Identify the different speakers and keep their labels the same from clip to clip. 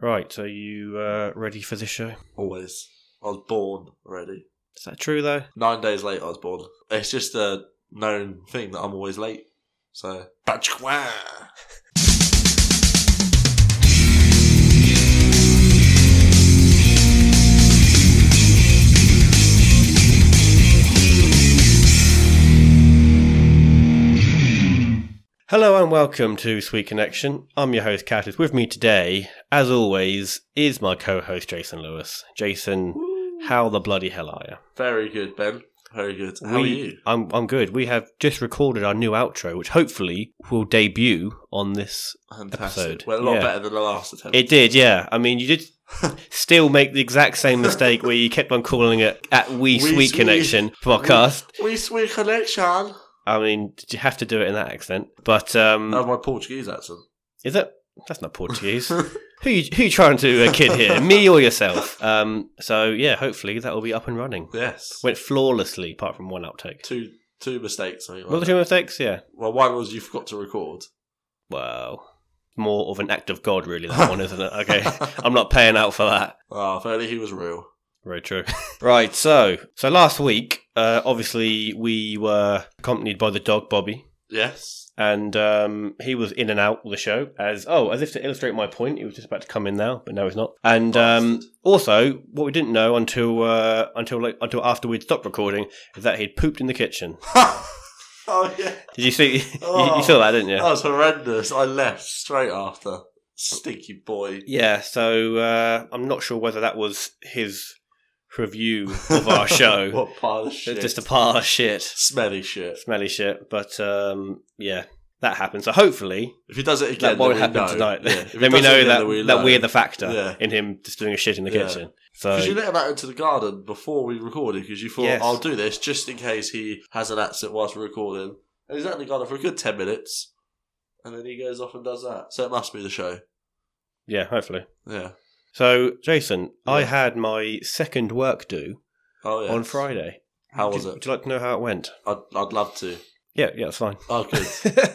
Speaker 1: Right, are you uh, ready for this show?
Speaker 2: Always. I was born already.
Speaker 1: Is that true though?
Speaker 2: Nine days late, I was born. It's just a known thing that I'm always late. So, Batchqua!
Speaker 1: Hello and welcome to Sweet Connection. I'm your host Catus. With me today, as always, is my co-host Jason Lewis. Jason, how the bloody hell are you?
Speaker 2: Very good, Ben. Very good. How
Speaker 1: we,
Speaker 2: are you?
Speaker 1: I'm I'm good. We have just recorded our new outro, which hopefully will debut on this.
Speaker 2: Fantastic.
Speaker 1: episode.
Speaker 2: Well, a lot
Speaker 1: Yeah.
Speaker 2: better than the last attempt.
Speaker 1: It did, yeah. I mean, you did still make the exact same mistake where you kept on calling it at We,
Speaker 2: We
Speaker 1: Sweet
Speaker 2: Sweet-
Speaker 1: Connection podcast.
Speaker 2: we sweet connection.
Speaker 1: I mean, did you have to do it in that accent? But um,
Speaker 2: Oh, my Portuguese accent.
Speaker 1: Is that that's not Portuguese? who you, who you trying to uh, kid here? Me or yourself? Um. So yeah, hopefully that will be up and running.
Speaker 2: Yes.
Speaker 1: Went flawlessly, apart from one outtake.
Speaker 2: Two two mistakes. something like
Speaker 1: Well, the
Speaker 2: that.
Speaker 1: two mistakes, yeah.
Speaker 2: Well, one was you forgot to record.
Speaker 1: Well, more of an act of God, really. That one, isn't it? Okay, I'm not paying out for that.
Speaker 2: Ah, if only he was real.
Speaker 1: Very true. right. So so last week, uh, obviously we were accompanied by the dog Bobby.
Speaker 2: Yes.
Speaker 1: And um, he was in and out of the show as oh, as if to illustrate my point, he was just about to come in now, but no, he's not. And um,
Speaker 2: Bastard.
Speaker 1: also, what we didn't know until uh, until like until after we'd stopped recording is that he'd pooped in the kitchen.
Speaker 2: oh yeah.
Speaker 1: Did you see? you- you,
Speaker 2: Oh.
Speaker 1: saw that, didn't you?
Speaker 2: That was horrendous. I left straight after. Stinky boy.
Speaker 1: Yeah. So uh, I'm not sure whether that was his review of our show.
Speaker 2: what pile of shit?
Speaker 1: It's just a pile of shit,
Speaker 2: smelly shit.
Speaker 1: smelly shit. But um, yeah, that happened. So hopefully
Speaker 2: If he does it again,
Speaker 1: that won't
Speaker 2: then
Speaker 1: happen
Speaker 2: we know.
Speaker 1: tonight.
Speaker 2: Yeah. If he
Speaker 1: then we
Speaker 2: does it
Speaker 1: know
Speaker 2: again,
Speaker 1: that
Speaker 2: then we
Speaker 1: that
Speaker 2: know.
Speaker 1: we're the factor
Speaker 2: Yeah.
Speaker 1: in him just doing a shit in the
Speaker 2: Yeah.
Speaker 1: kitchen. So
Speaker 2: Because you let him out into the garden before we recorded because you thought,
Speaker 1: Yes.
Speaker 2: I'll do this just in case he has an accent whilst we're recording. And he's out in the garden for a good 10 minutes. And then he goes off and does that. So it must be the show.
Speaker 1: yeah, hopefully.
Speaker 2: Yeah.
Speaker 1: So Jason, I
Speaker 2: Yeah.
Speaker 1: had my second work due
Speaker 2: Oh, yeah.
Speaker 1: on Friday.
Speaker 2: How
Speaker 1: Do-
Speaker 2: was it?
Speaker 1: Would you like to know how it went?
Speaker 2: I'd, I'd love to.
Speaker 1: Yeah, yeah, it's fine.
Speaker 2: Oh, good.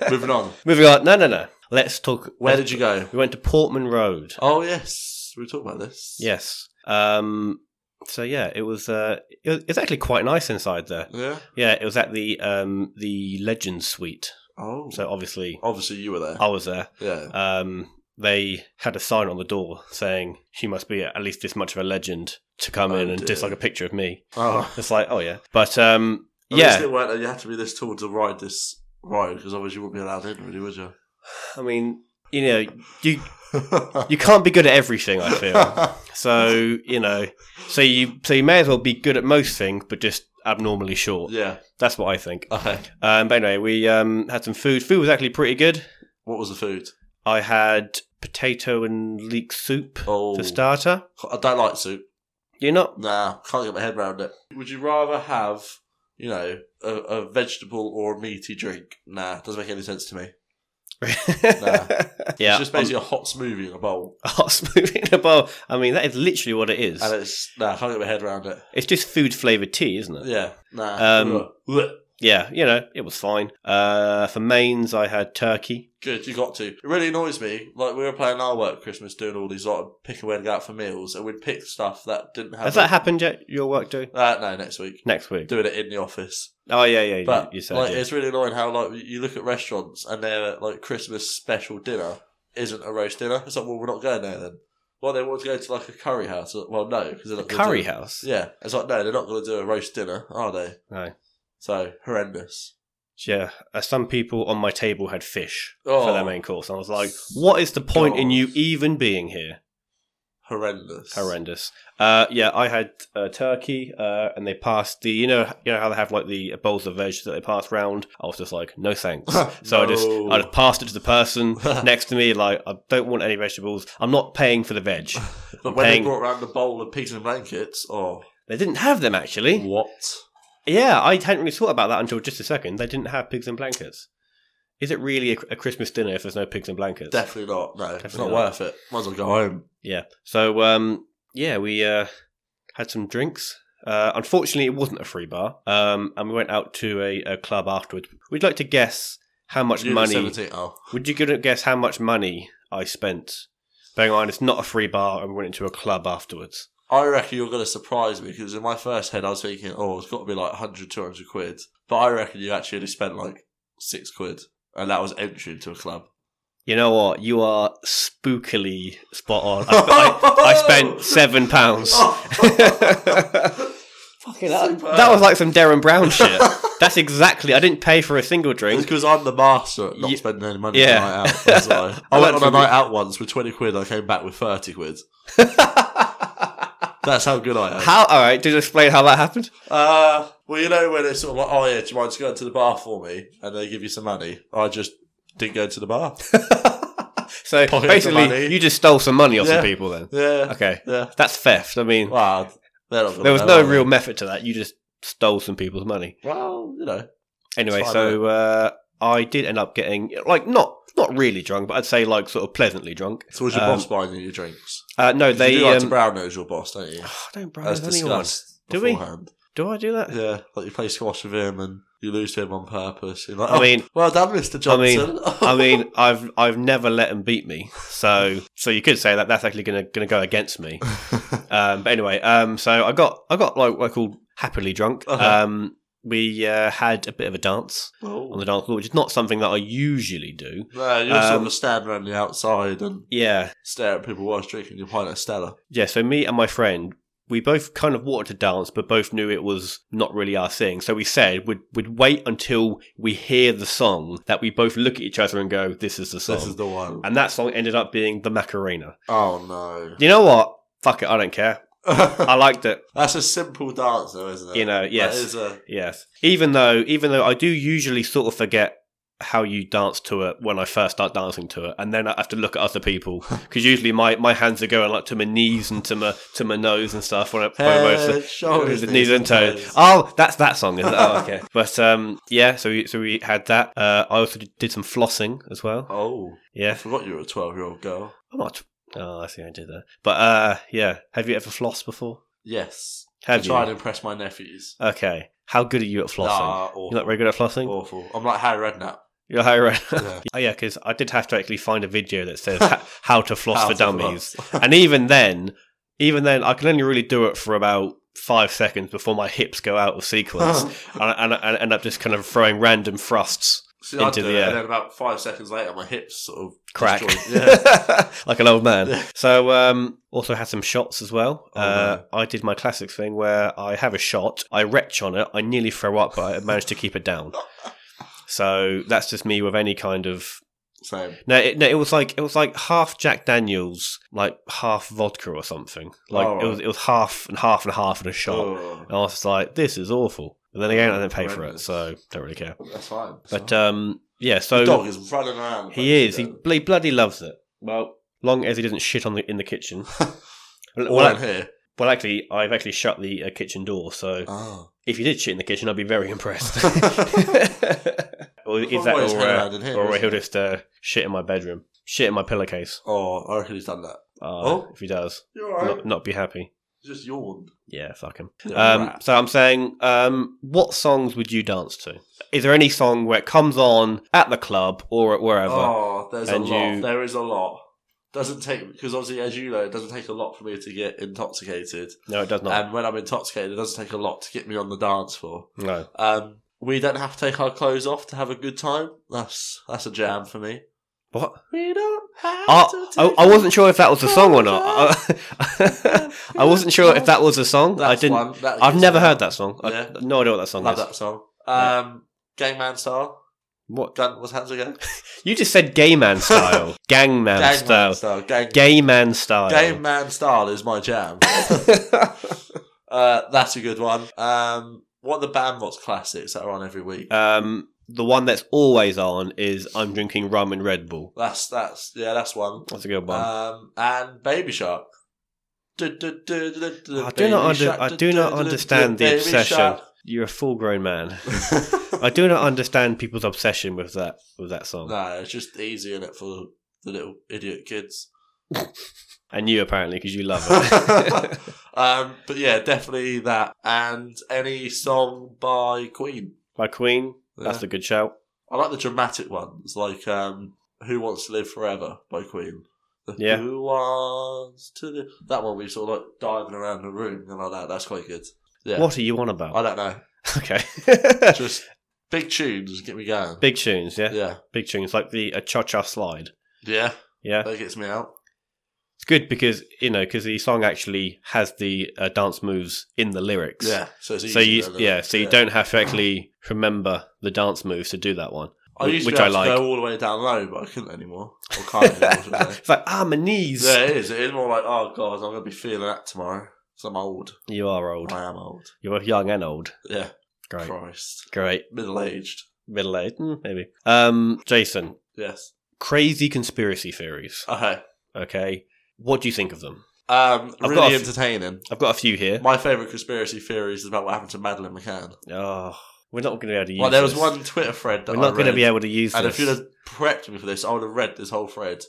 Speaker 2: Moving on.
Speaker 1: Moving on. No, no, no. Let's talk.
Speaker 2: Where did you go?
Speaker 1: We went to Portman Road.
Speaker 2: Oh, yes. We talked about this.
Speaker 1: Yes. Um. So yeah, it was. Uh, it was, it's actually quite nice inside there.
Speaker 2: Yeah.
Speaker 1: Yeah, it was at the um the Legends Suite.
Speaker 2: Oh.
Speaker 1: So Oh. obviously,
Speaker 2: Obviously, you were there.
Speaker 1: I was there.
Speaker 2: Yeah.
Speaker 1: um, they had a sign on the door saying she must be at least this much of a legend to come
Speaker 2: Oh,
Speaker 1: in and
Speaker 2: dear.
Speaker 1: just like a picture of me.
Speaker 2: Oh.
Speaker 1: It's like, oh yeah, but um,
Speaker 2: At least
Speaker 1: yeah.
Speaker 2: it weren't that you had to be this tall to ride this ride because otherwise you wouldn't be allowed in, really, would you?
Speaker 1: I mean, you know, you you can't be good at everything. I feel so. You know, so you so you may as well be good at most things, but just abnormally short.
Speaker 2: yeah.
Speaker 1: That's what I think.
Speaker 2: Okay.
Speaker 1: Um, but anyway, we um had some food. Food was actually pretty good.
Speaker 2: What was the food?
Speaker 1: I had potato and leek soup
Speaker 2: Oh,
Speaker 1: for starter.
Speaker 2: I don't like soup.
Speaker 1: You're not
Speaker 2: Nah, can't get my head around it. Would you rather have, you know, a, a vegetable or a meaty drink? Nah, doesn't make any sense to me.
Speaker 1: Yeah,
Speaker 2: it's just basically a hot smoothie in a bowl,
Speaker 1: a hot smoothie in a bowl. I mean, that is literally what it is.
Speaker 2: and it's nah, can't get my head around it.
Speaker 1: It's just food flavored tea, isn't it?
Speaker 2: Yeah, nah.
Speaker 1: Um,
Speaker 2: Ugh. Ugh.
Speaker 1: Yeah, you know, it was fine. Uh, for mains, I had turkey.
Speaker 2: Good, you got to. It really annoys me. Like we were playing our work Christmas, doing all these like picking where to go out for meals, and we'd pick stuff that didn't have.
Speaker 1: Has that happened yet? Your work do
Speaker 2: Uh, no, next week.
Speaker 1: next week?
Speaker 2: Doing it in the office.
Speaker 1: Oh yeah, yeah.
Speaker 2: But
Speaker 1: you, you said
Speaker 2: like,
Speaker 1: yeah.
Speaker 2: it's really annoying how like you look at restaurants and their like Christmas special dinner isn't a roast dinner. It's like, well, we're not going there then. Well, they want to go to like a curry house. Well, no, because they're
Speaker 1: a
Speaker 2: not gonna
Speaker 1: curry
Speaker 2: do-
Speaker 1: house.
Speaker 2: Yeah, it's like no, they're not going to do a roast dinner, are they?
Speaker 1: No.
Speaker 2: So horrendous.
Speaker 1: Yeah, uh, some people on my table had fish for eh?
Speaker 2: Oh.
Speaker 1: their main course, and I was like, "What is the point in
Speaker 2: God.
Speaker 1: you even being here?"
Speaker 2: Horrendous.
Speaker 1: Horrendous. Uh, yeah, I had uh, turkey, uh, and they passed the you know you know how they have like the bowls of veg that they pass round. I was just like, "No thanks." So I just
Speaker 2: No.
Speaker 1: I just passed it to the person next to me. Like I don't want any vegetables. I'm not paying for the veg.
Speaker 2: But when
Speaker 1: paying-
Speaker 2: they brought around the bowl of pigs and blankets, oh
Speaker 1: They didn't have them actually.
Speaker 2: what?
Speaker 1: Yeah, I hadn't really thought about that until just a second. They didn't have pigs and blankets. Is it really a, a Christmas dinner if there's no pigs and blankets?
Speaker 2: Definitely not. No, it's
Speaker 1: Definitely
Speaker 2: not,
Speaker 1: not.
Speaker 2: worth it. Might as well go home.
Speaker 1: Yeah. So um, yeah, we uh, had some drinks. Uh, unfortunately, it wasn't a free bar, um, and we went out to a, a club afterwards. We'd like to guess how much
Speaker 2: Unit
Speaker 1: money.
Speaker 2: 17 oh.
Speaker 1: Would you give a guess how much money I spent Bearing in mind, it's not a free bar, and we went into a club afterwards.
Speaker 2: I reckon you're going to surprise me because in my first head I was thinking, oh, it's got to be like 100, 200 quid. But I reckon you actually only spent like six quid. And that was entry into a club.
Speaker 1: You know what? You are spookily spot on. I, I, I spent seven pounds.
Speaker 2: Oh. Fucking
Speaker 1: that, that was like some Darren Brown shit. That's exactly. I didn't pay for a single
Speaker 2: It's
Speaker 1: drink.
Speaker 2: because I'm the master at not
Speaker 1: Ye-
Speaker 2: spending any money
Speaker 1: yeah.
Speaker 2: on a night out. That's why. I went
Speaker 1: That's
Speaker 2: on a
Speaker 1: probably-
Speaker 2: night out once with 20 quid. I came back with 30 quid. That's how good I am.
Speaker 1: Uh, How? All right. Did you explain how that happened?
Speaker 2: Uh, well, you know when it's sort of like, oh yeah, do you mind just going to the bar for me? And they give you some money. I just didn't go to the bar.
Speaker 1: So
Speaker 2: Pocket the money.
Speaker 1: basically, you just stole some money off
Speaker 2: Yeah.
Speaker 1: some people. Then
Speaker 2: Yeah.
Speaker 1: okay,
Speaker 2: Yeah.
Speaker 1: that's theft. I mean,
Speaker 2: Wow. They're not gonna
Speaker 1: there was
Speaker 2: know,
Speaker 1: no
Speaker 2: are they?
Speaker 1: real method to that. You just stole some people's money.
Speaker 2: Well, you know.
Speaker 1: Anyway,
Speaker 2: That's fine,
Speaker 1: so uh, I did end up getting like not not really drunk, but I'd say like sort of pleasantly drunk.
Speaker 2: So was your
Speaker 1: Um,
Speaker 2: boss buying you your drinks?
Speaker 1: Uh, no,
Speaker 2: 'Cause you
Speaker 1: they
Speaker 2: do like to
Speaker 1: um,
Speaker 2: brown nose your boss, don't you?
Speaker 1: oh, I don't brown
Speaker 2: As
Speaker 1: with anyone.
Speaker 2: discussed
Speaker 1: Do we?
Speaker 2: beforehand.
Speaker 1: Do I do that?
Speaker 2: Yeah, like you play squash with him and you lose to him on purpose. You're like,
Speaker 1: I
Speaker 2: oh,
Speaker 1: mean,
Speaker 2: well done, Mister
Speaker 1: I mean-
Speaker 2: Johnson.
Speaker 1: I mean, I've I've never let them beat me, so so you could say that that's actually gonna gonna go against me. Um, but anyway, um, so I got I got like what I call happily drunk.
Speaker 2: Uh-huh.
Speaker 1: Um, we uh, had a bit of a dance
Speaker 2: Oh.
Speaker 1: on the dance floor, which is not something that I usually do.
Speaker 2: no, you're sort
Speaker 1: Um,
Speaker 2: of standing around the outside and
Speaker 1: Yeah,
Speaker 2: stare at people whilst drinking your pint of Stella.
Speaker 1: yeah. So me and my friend, we both kind of wanted to dance, but both knew it was not really our thing. So we said we'd we'd wait until we hear the song that we both look at each other and go, "This is the song."
Speaker 2: This is the one.
Speaker 1: and that song ended up being the Macarena.
Speaker 2: Oh no.
Speaker 1: You know what? Fuck it, I don't care. I liked it.
Speaker 2: That's a simple dance, though, isn't it?
Speaker 1: You know, yes,
Speaker 2: That is a,
Speaker 1: yes. Even though, even though I do usually sort of forget how you dance to it when I first start dancing to it, and then I have to look at other people because usually my, my hands are going like to my knees and to my to my nose and stuff when I when I was-
Speaker 2: head, shoulders,
Speaker 1: knees and toes. Oh, that's that song, is it? Oh, okay. but um, yeah. So we, so we had that. Uh, I also did some flossing as well.
Speaker 2: Oh, I
Speaker 1: Yeah.
Speaker 2: forgot you were a 12 year old girl.
Speaker 1: I'm not. Oh, I see. I did that. But uh, yeah. Have you ever flossed before?
Speaker 2: Yes.
Speaker 1: Have
Speaker 2: I
Speaker 1: you?
Speaker 2: try and impress my nephews.
Speaker 1: Okay. How good are you at flossing?
Speaker 2: Nah, awful.
Speaker 1: You're not very good at flossing.
Speaker 2: awful. I'm like Harry Redknapp.
Speaker 1: You're high right.
Speaker 2: Yeah.
Speaker 1: oh yeah, because I did have to actually find a video that says h- how to floss
Speaker 2: How
Speaker 1: for
Speaker 2: to
Speaker 1: dummies,
Speaker 2: floss.
Speaker 1: and even then, even then, I can only really do it for about five seconds before my hips go out of sequence, and, I, and I and I end up just kind of throwing random thrusts
Speaker 2: See, I'd
Speaker 1: Into
Speaker 2: do
Speaker 1: the
Speaker 2: it,
Speaker 1: air.
Speaker 2: and then about five seconds later, my hips sort of
Speaker 1: crack
Speaker 2: disjoint. Yeah.
Speaker 1: like an old man.
Speaker 2: Yeah.
Speaker 1: So um, also had some shots as well.
Speaker 2: Oh,
Speaker 1: uh, I did my classic thing where I have a shot, I retch on it, I nearly throw up, but I managed to keep it down. So that's just me with any kind of
Speaker 2: Same.
Speaker 1: No, it, no, it was like it was like half Jack Daniels, like half vodka or something. Like
Speaker 2: Oh,
Speaker 1: it was it was half and half and half in a shot.
Speaker 2: Oh,
Speaker 1: And I was just like, this is awful. And then again, I didn't pay for it,
Speaker 2: Horrendous.
Speaker 1: so don't really care.
Speaker 2: Oh, that's fine.
Speaker 1: But
Speaker 2: So-
Speaker 1: um, yeah, so
Speaker 2: the dog is running around.
Speaker 1: he is. He bl- bloody loves it. Well, long as he doesn't shit on the in the kitchen. well,
Speaker 2: All in
Speaker 1: ac-
Speaker 2: here.
Speaker 1: well, actually, I've actually shut the uh, kitchen door. So
Speaker 2: Oh.
Speaker 1: if you did shit in the kitchen, I'd be very impressed. or is that
Speaker 2: Always
Speaker 1: or,
Speaker 2: running
Speaker 1: uh,
Speaker 2: around in here,
Speaker 1: or
Speaker 2: isn't
Speaker 1: he'll
Speaker 2: he?
Speaker 1: just uh, shit in my bedroom, shit in my pillowcase?
Speaker 2: Oh, I reckon he's done that.
Speaker 1: Uh,
Speaker 2: Oh.
Speaker 1: If he does,
Speaker 2: You're alright.
Speaker 1: not, not be happy.
Speaker 2: Just yawned.
Speaker 1: Yeah, fuck him.
Speaker 2: Yeah,
Speaker 1: Um,
Speaker 2: rat.
Speaker 1: so I'm saying, um, what songs would you dance to? Is there any song where it comes on at the club or at wherever?
Speaker 2: Oh, there's a
Speaker 1: And
Speaker 2: lot.
Speaker 1: you-
Speaker 2: There is a lot. Doesn't take because obviously, as you know, it doesn't take a lot for me to get intoxicated.
Speaker 1: no, it does not.
Speaker 2: And when I'm intoxicated, it doesn't take a lot to get me on the dance floor.
Speaker 1: no.
Speaker 2: Um, we don't have to take our clothes off to have a good time. That's that's a jam for me.
Speaker 1: What? Ah,
Speaker 2: We don't have
Speaker 1: I,
Speaker 2: to.
Speaker 1: I,
Speaker 2: take
Speaker 1: I wasn't sure if that was a song or not. I,
Speaker 2: off.
Speaker 1: I wasn't sure if that was a song.
Speaker 2: That's
Speaker 1: I didn't.
Speaker 2: one. That
Speaker 1: I've
Speaker 2: gets
Speaker 1: never
Speaker 2: me.
Speaker 1: heard that song. I,
Speaker 2: Yeah.
Speaker 1: No idea what that song
Speaker 2: Love
Speaker 1: is.
Speaker 2: that song. Um, Gangman style.
Speaker 1: What?
Speaker 2: Gun was hands again.
Speaker 1: You just said gay man style, gang man
Speaker 2: Gangman
Speaker 1: style,
Speaker 2: style. Gang-
Speaker 1: gay man style.
Speaker 2: Game Man style is my jam. uh, that's a good one. Um, what are the Bandbox classics that are on every week?
Speaker 1: Um, the one that's always on is I'm drinking rum and Red Bull.
Speaker 2: that's that's yeah, that's one.
Speaker 1: That's a good one.
Speaker 2: Um, and Baby Shark. I
Speaker 1: I
Speaker 2: do
Speaker 1: do not under, I do not understand the obsession. You're a full grown man. I do not understand people's obsession with that with that song.
Speaker 2: no, it's just easy in it for the little idiot kids.
Speaker 1: And you apparently because you love it.
Speaker 2: um, but yeah, definitely that. And any song by Queen.
Speaker 1: By Queen, that's
Speaker 2: Yeah.
Speaker 1: a good shout.
Speaker 2: I like the dramatic ones, like um, "Who Wants to Live Forever" by Queen.
Speaker 1: Yeah.
Speaker 2: Who wants to do that one? We sort of like diving around the room and like that. That's quite good. Yeah.
Speaker 1: What are you on
Speaker 2: I
Speaker 1: about?
Speaker 2: don't know.
Speaker 1: Okay.
Speaker 2: Just big tunes get me going.
Speaker 1: Big tunes, yeah?
Speaker 2: yeah,
Speaker 1: Big tunes, like the a Cha Cha Slide.
Speaker 2: yeah,
Speaker 1: Yeah.
Speaker 2: that gets me out.
Speaker 1: It's good because, you know, because the song actually has the uh, dance moves in the lyrics.
Speaker 2: Yeah, so it's easy
Speaker 1: So you,
Speaker 2: then, isn't
Speaker 1: yeah,
Speaker 2: it?
Speaker 1: so you don't have to actually remember the dance moves to do that one.
Speaker 2: I used
Speaker 1: which
Speaker 2: to, be
Speaker 1: I
Speaker 2: able to
Speaker 1: like.
Speaker 2: go all the way down low, but I couldn't anymore. Or can't anymore. should I say.
Speaker 1: it's like, ah, my knees.
Speaker 2: yeah, it is. It is more like, oh god, I'm gonna be feeling that tomorrow. 'Cause I'm old.
Speaker 1: You are old.
Speaker 2: I am old.
Speaker 1: You are young and old.
Speaker 2: Yeah,
Speaker 1: Great.
Speaker 2: Christ,
Speaker 1: Great.
Speaker 2: middle aged.
Speaker 1: Middle aged, mm, maybe. Um, Jason,
Speaker 2: Yes.
Speaker 1: crazy conspiracy theories.
Speaker 2: Okay.
Speaker 1: Okay. What do you think of them?
Speaker 2: Um,
Speaker 1: I've got
Speaker 2: really
Speaker 1: a f-
Speaker 2: entertaining.
Speaker 1: I've got a few here.
Speaker 2: My favourite conspiracy theory is about what happened to Madeline McCann.
Speaker 1: Oh, we're not going to be able to use
Speaker 2: Well, there was
Speaker 1: this.
Speaker 2: one Twitter thread that
Speaker 1: We're not
Speaker 2: I
Speaker 1: going to
Speaker 2: read,
Speaker 1: be able to use
Speaker 2: and
Speaker 1: this.
Speaker 2: if you'd have prepped me for this, I would have read this whole thread.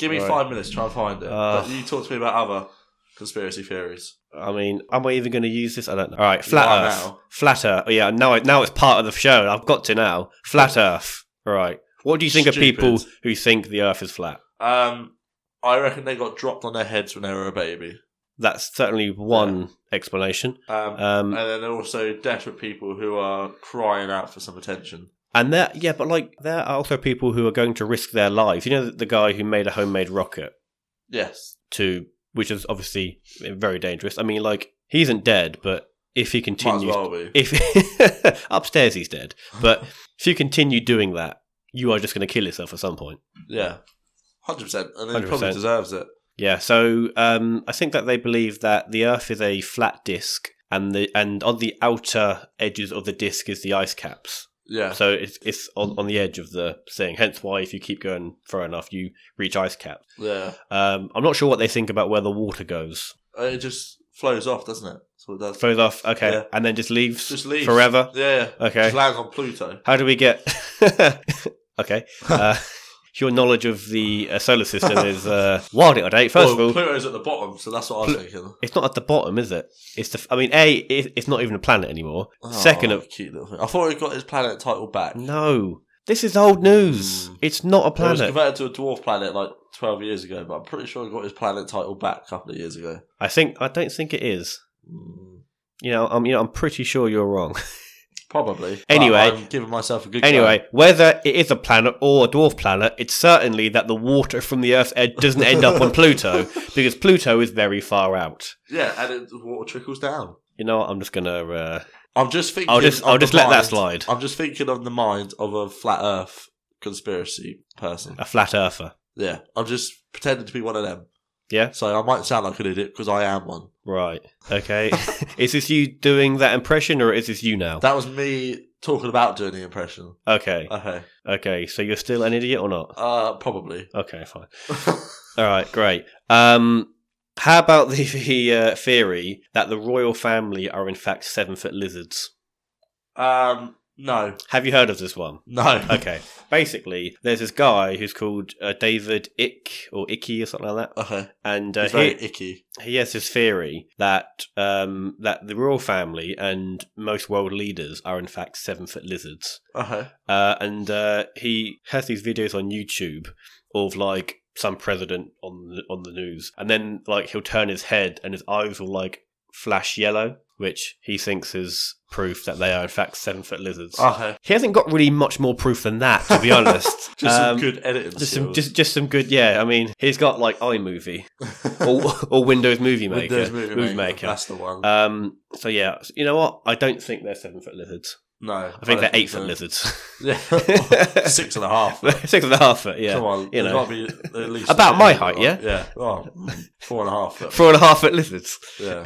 Speaker 2: Give me
Speaker 1: Right.
Speaker 2: five minutes to try and find it.
Speaker 1: Ugh.
Speaker 2: but you talk to me about other conspiracy theories.
Speaker 1: I mean, am I even going to use this? I don't know. All right, flat
Speaker 2: are
Speaker 1: Earth.
Speaker 2: now.
Speaker 1: Flat Earth. Oh, Yeah, now it, now it's part of the show. I've got to now. Flat Earth. All right. What do you think of
Speaker 2: Stupid.
Speaker 1: people who think the Earth is flat?
Speaker 2: Um, I reckon they got dropped on their heads when they were a baby.
Speaker 1: That's certainly one explanation.
Speaker 2: Um,
Speaker 1: Um,
Speaker 2: and then there are also desperate people who are crying out for some attention.
Speaker 1: and there, yeah, but like there are also people who are going to risk their lives. You know, the guy who made a homemade rocket
Speaker 2: Yes.
Speaker 1: to, which is obviously very dangerous. I mean, like he isn't dead, but if he
Speaker 2: Might as
Speaker 1: continues
Speaker 2: well be.
Speaker 1: if upstairs he's dead, but if you continue doing that, you are just going to kill yourself at some point.
Speaker 2: Yeah. 100%. And then he probably
Speaker 1: 100%.
Speaker 2: deserves it.
Speaker 1: Yeah. So um, I think that they believe that the Earth is a flat disk, and the and on the outer edges of the disk is the ice caps.
Speaker 2: Yeah.
Speaker 1: So it's it's on, on the edge of the thing. Hence why if you keep going far enough, you reach ice caps.
Speaker 2: Yeah.
Speaker 1: Um, I'm not sure what they think about where the water goes.
Speaker 2: Uh, It just flows off, doesn't it? That's what it does.
Speaker 1: Throws off, okay,
Speaker 2: Yeah.
Speaker 1: and then just leaves,
Speaker 2: Just leaves.
Speaker 1: forever.
Speaker 2: Yeah. yeah.
Speaker 1: Okay.
Speaker 2: Just lands on Pluto.
Speaker 1: How do we get? okay, uh, your knowledge of the uh, solar system is uh, wild at date. First
Speaker 2: well,
Speaker 1: of all,
Speaker 2: Pluto's at the bottom, so that's what I was thinking.
Speaker 1: it's not at the bottom, is it? It's the. I mean, a it, it's not even a planet anymore. Second
Speaker 2: Oh,
Speaker 1: of Mm,
Speaker 2: cute little thing. I thought he got his planet title back.
Speaker 1: no, this is old news.
Speaker 2: Hmm.
Speaker 1: It's not a
Speaker 2: It was
Speaker 1: planet.
Speaker 2: converted to a dwarf planet like 12 years ago, but I'm pretty sure he got his planet title back a couple of years ago.
Speaker 1: I think I don't think it is.
Speaker 2: Mm,
Speaker 1: You know, I'm you know, I'm pretty sure you're wrong.
Speaker 2: Probably. But
Speaker 1: Anyway.
Speaker 2: I'm giving myself a good
Speaker 1: anyway, whether it is a planet or a dwarf planet, it's certainly that the water from the Earth's edge doesn't end up on Pluto because Pluto is very far out.
Speaker 2: go. Yeah, and it, the water trickles down.
Speaker 1: You know, what? I'm just gonna. Uh,
Speaker 2: I'm just thinking.
Speaker 1: I'll just
Speaker 2: of
Speaker 1: I'll
Speaker 2: the
Speaker 1: just let that
Speaker 2: mind-
Speaker 1: slide.
Speaker 2: I'm just thinking of the mind of a flat Earth conspiracy person.
Speaker 1: A flat earther.
Speaker 2: Yeah, I'm just pretending to be one of them.
Speaker 1: Yeah.
Speaker 2: So I might sound like an idiot because I am one.
Speaker 1: Right. Okay. is this you doing that impression or is this you now?
Speaker 2: That was me talking about doing the impression.
Speaker 1: okay.
Speaker 2: Okay.
Speaker 1: Okay. So you're still an idiot or not?
Speaker 2: Uh, probably.
Speaker 1: Okay, fine. All right, great. Um how about the, the uh, theory that the royal family are in fact seven foot lizards?
Speaker 2: um, no,
Speaker 1: Have you heard of this one?
Speaker 2: no.
Speaker 1: Okay. Basically, there's this guy who's called uh, David Ick or Icky or something like that,
Speaker 2: Okay.
Speaker 1: and uh,
Speaker 2: It's
Speaker 1: he-
Speaker 2: very icky.
Speaker 1: he has this theory that um, that the royal family and most world leaders are in fact seven foot lizards,
Speaker 2: Okay.
Speaker 1: uh, and uh, he has these videos on YouTube of like some president on the, on the news, and then like he'll turn his head and his eyes will like flash yellow, which he thinks is proof that they are in fact seven foot lizards.
Speaker 2: Okay.
Speaker 1: He hasn't got really much more proof than that, to be honest.
Speaker 2: Just
Speaker 1: Um,
Speaker 2: some good editing.
Speaker 1: Just some, just, just some good, yeah. I mean, he's got like iMovie or, or Windows Movie Maker.
Speaker 2: Windows Movie Maker.
Speaker 1: Maker.
Speaker 2: That's the one.
Speaker 1: Um, so yeah, s- you know what? I don't think they're seven foot lizards.
Speaker 2: no,
Speaker 1: I think
Speaker 2: don't
Speaker 1: they're eight foot
Speaker 2: so.
Speaker 1: lizards.
Speaker 2: Yeah. Six and a half.
Speaker 1: Six and a half foot, yeah.
Speaker 2: Come on,
Speaker 1: you
Speaker 2: you
Speaker 1: know.
Speaker 2: know, be at least
Speaker 1: About
Speaker 2: a bit
Speaker 1: my
Speaker 2: over
Speaker 1: height, yeah?
Speaker 2: that. yeah, oh, four and a half. Foot.
Speaker 1: Four and a half foot lizards.
Speaker 2: Yeah,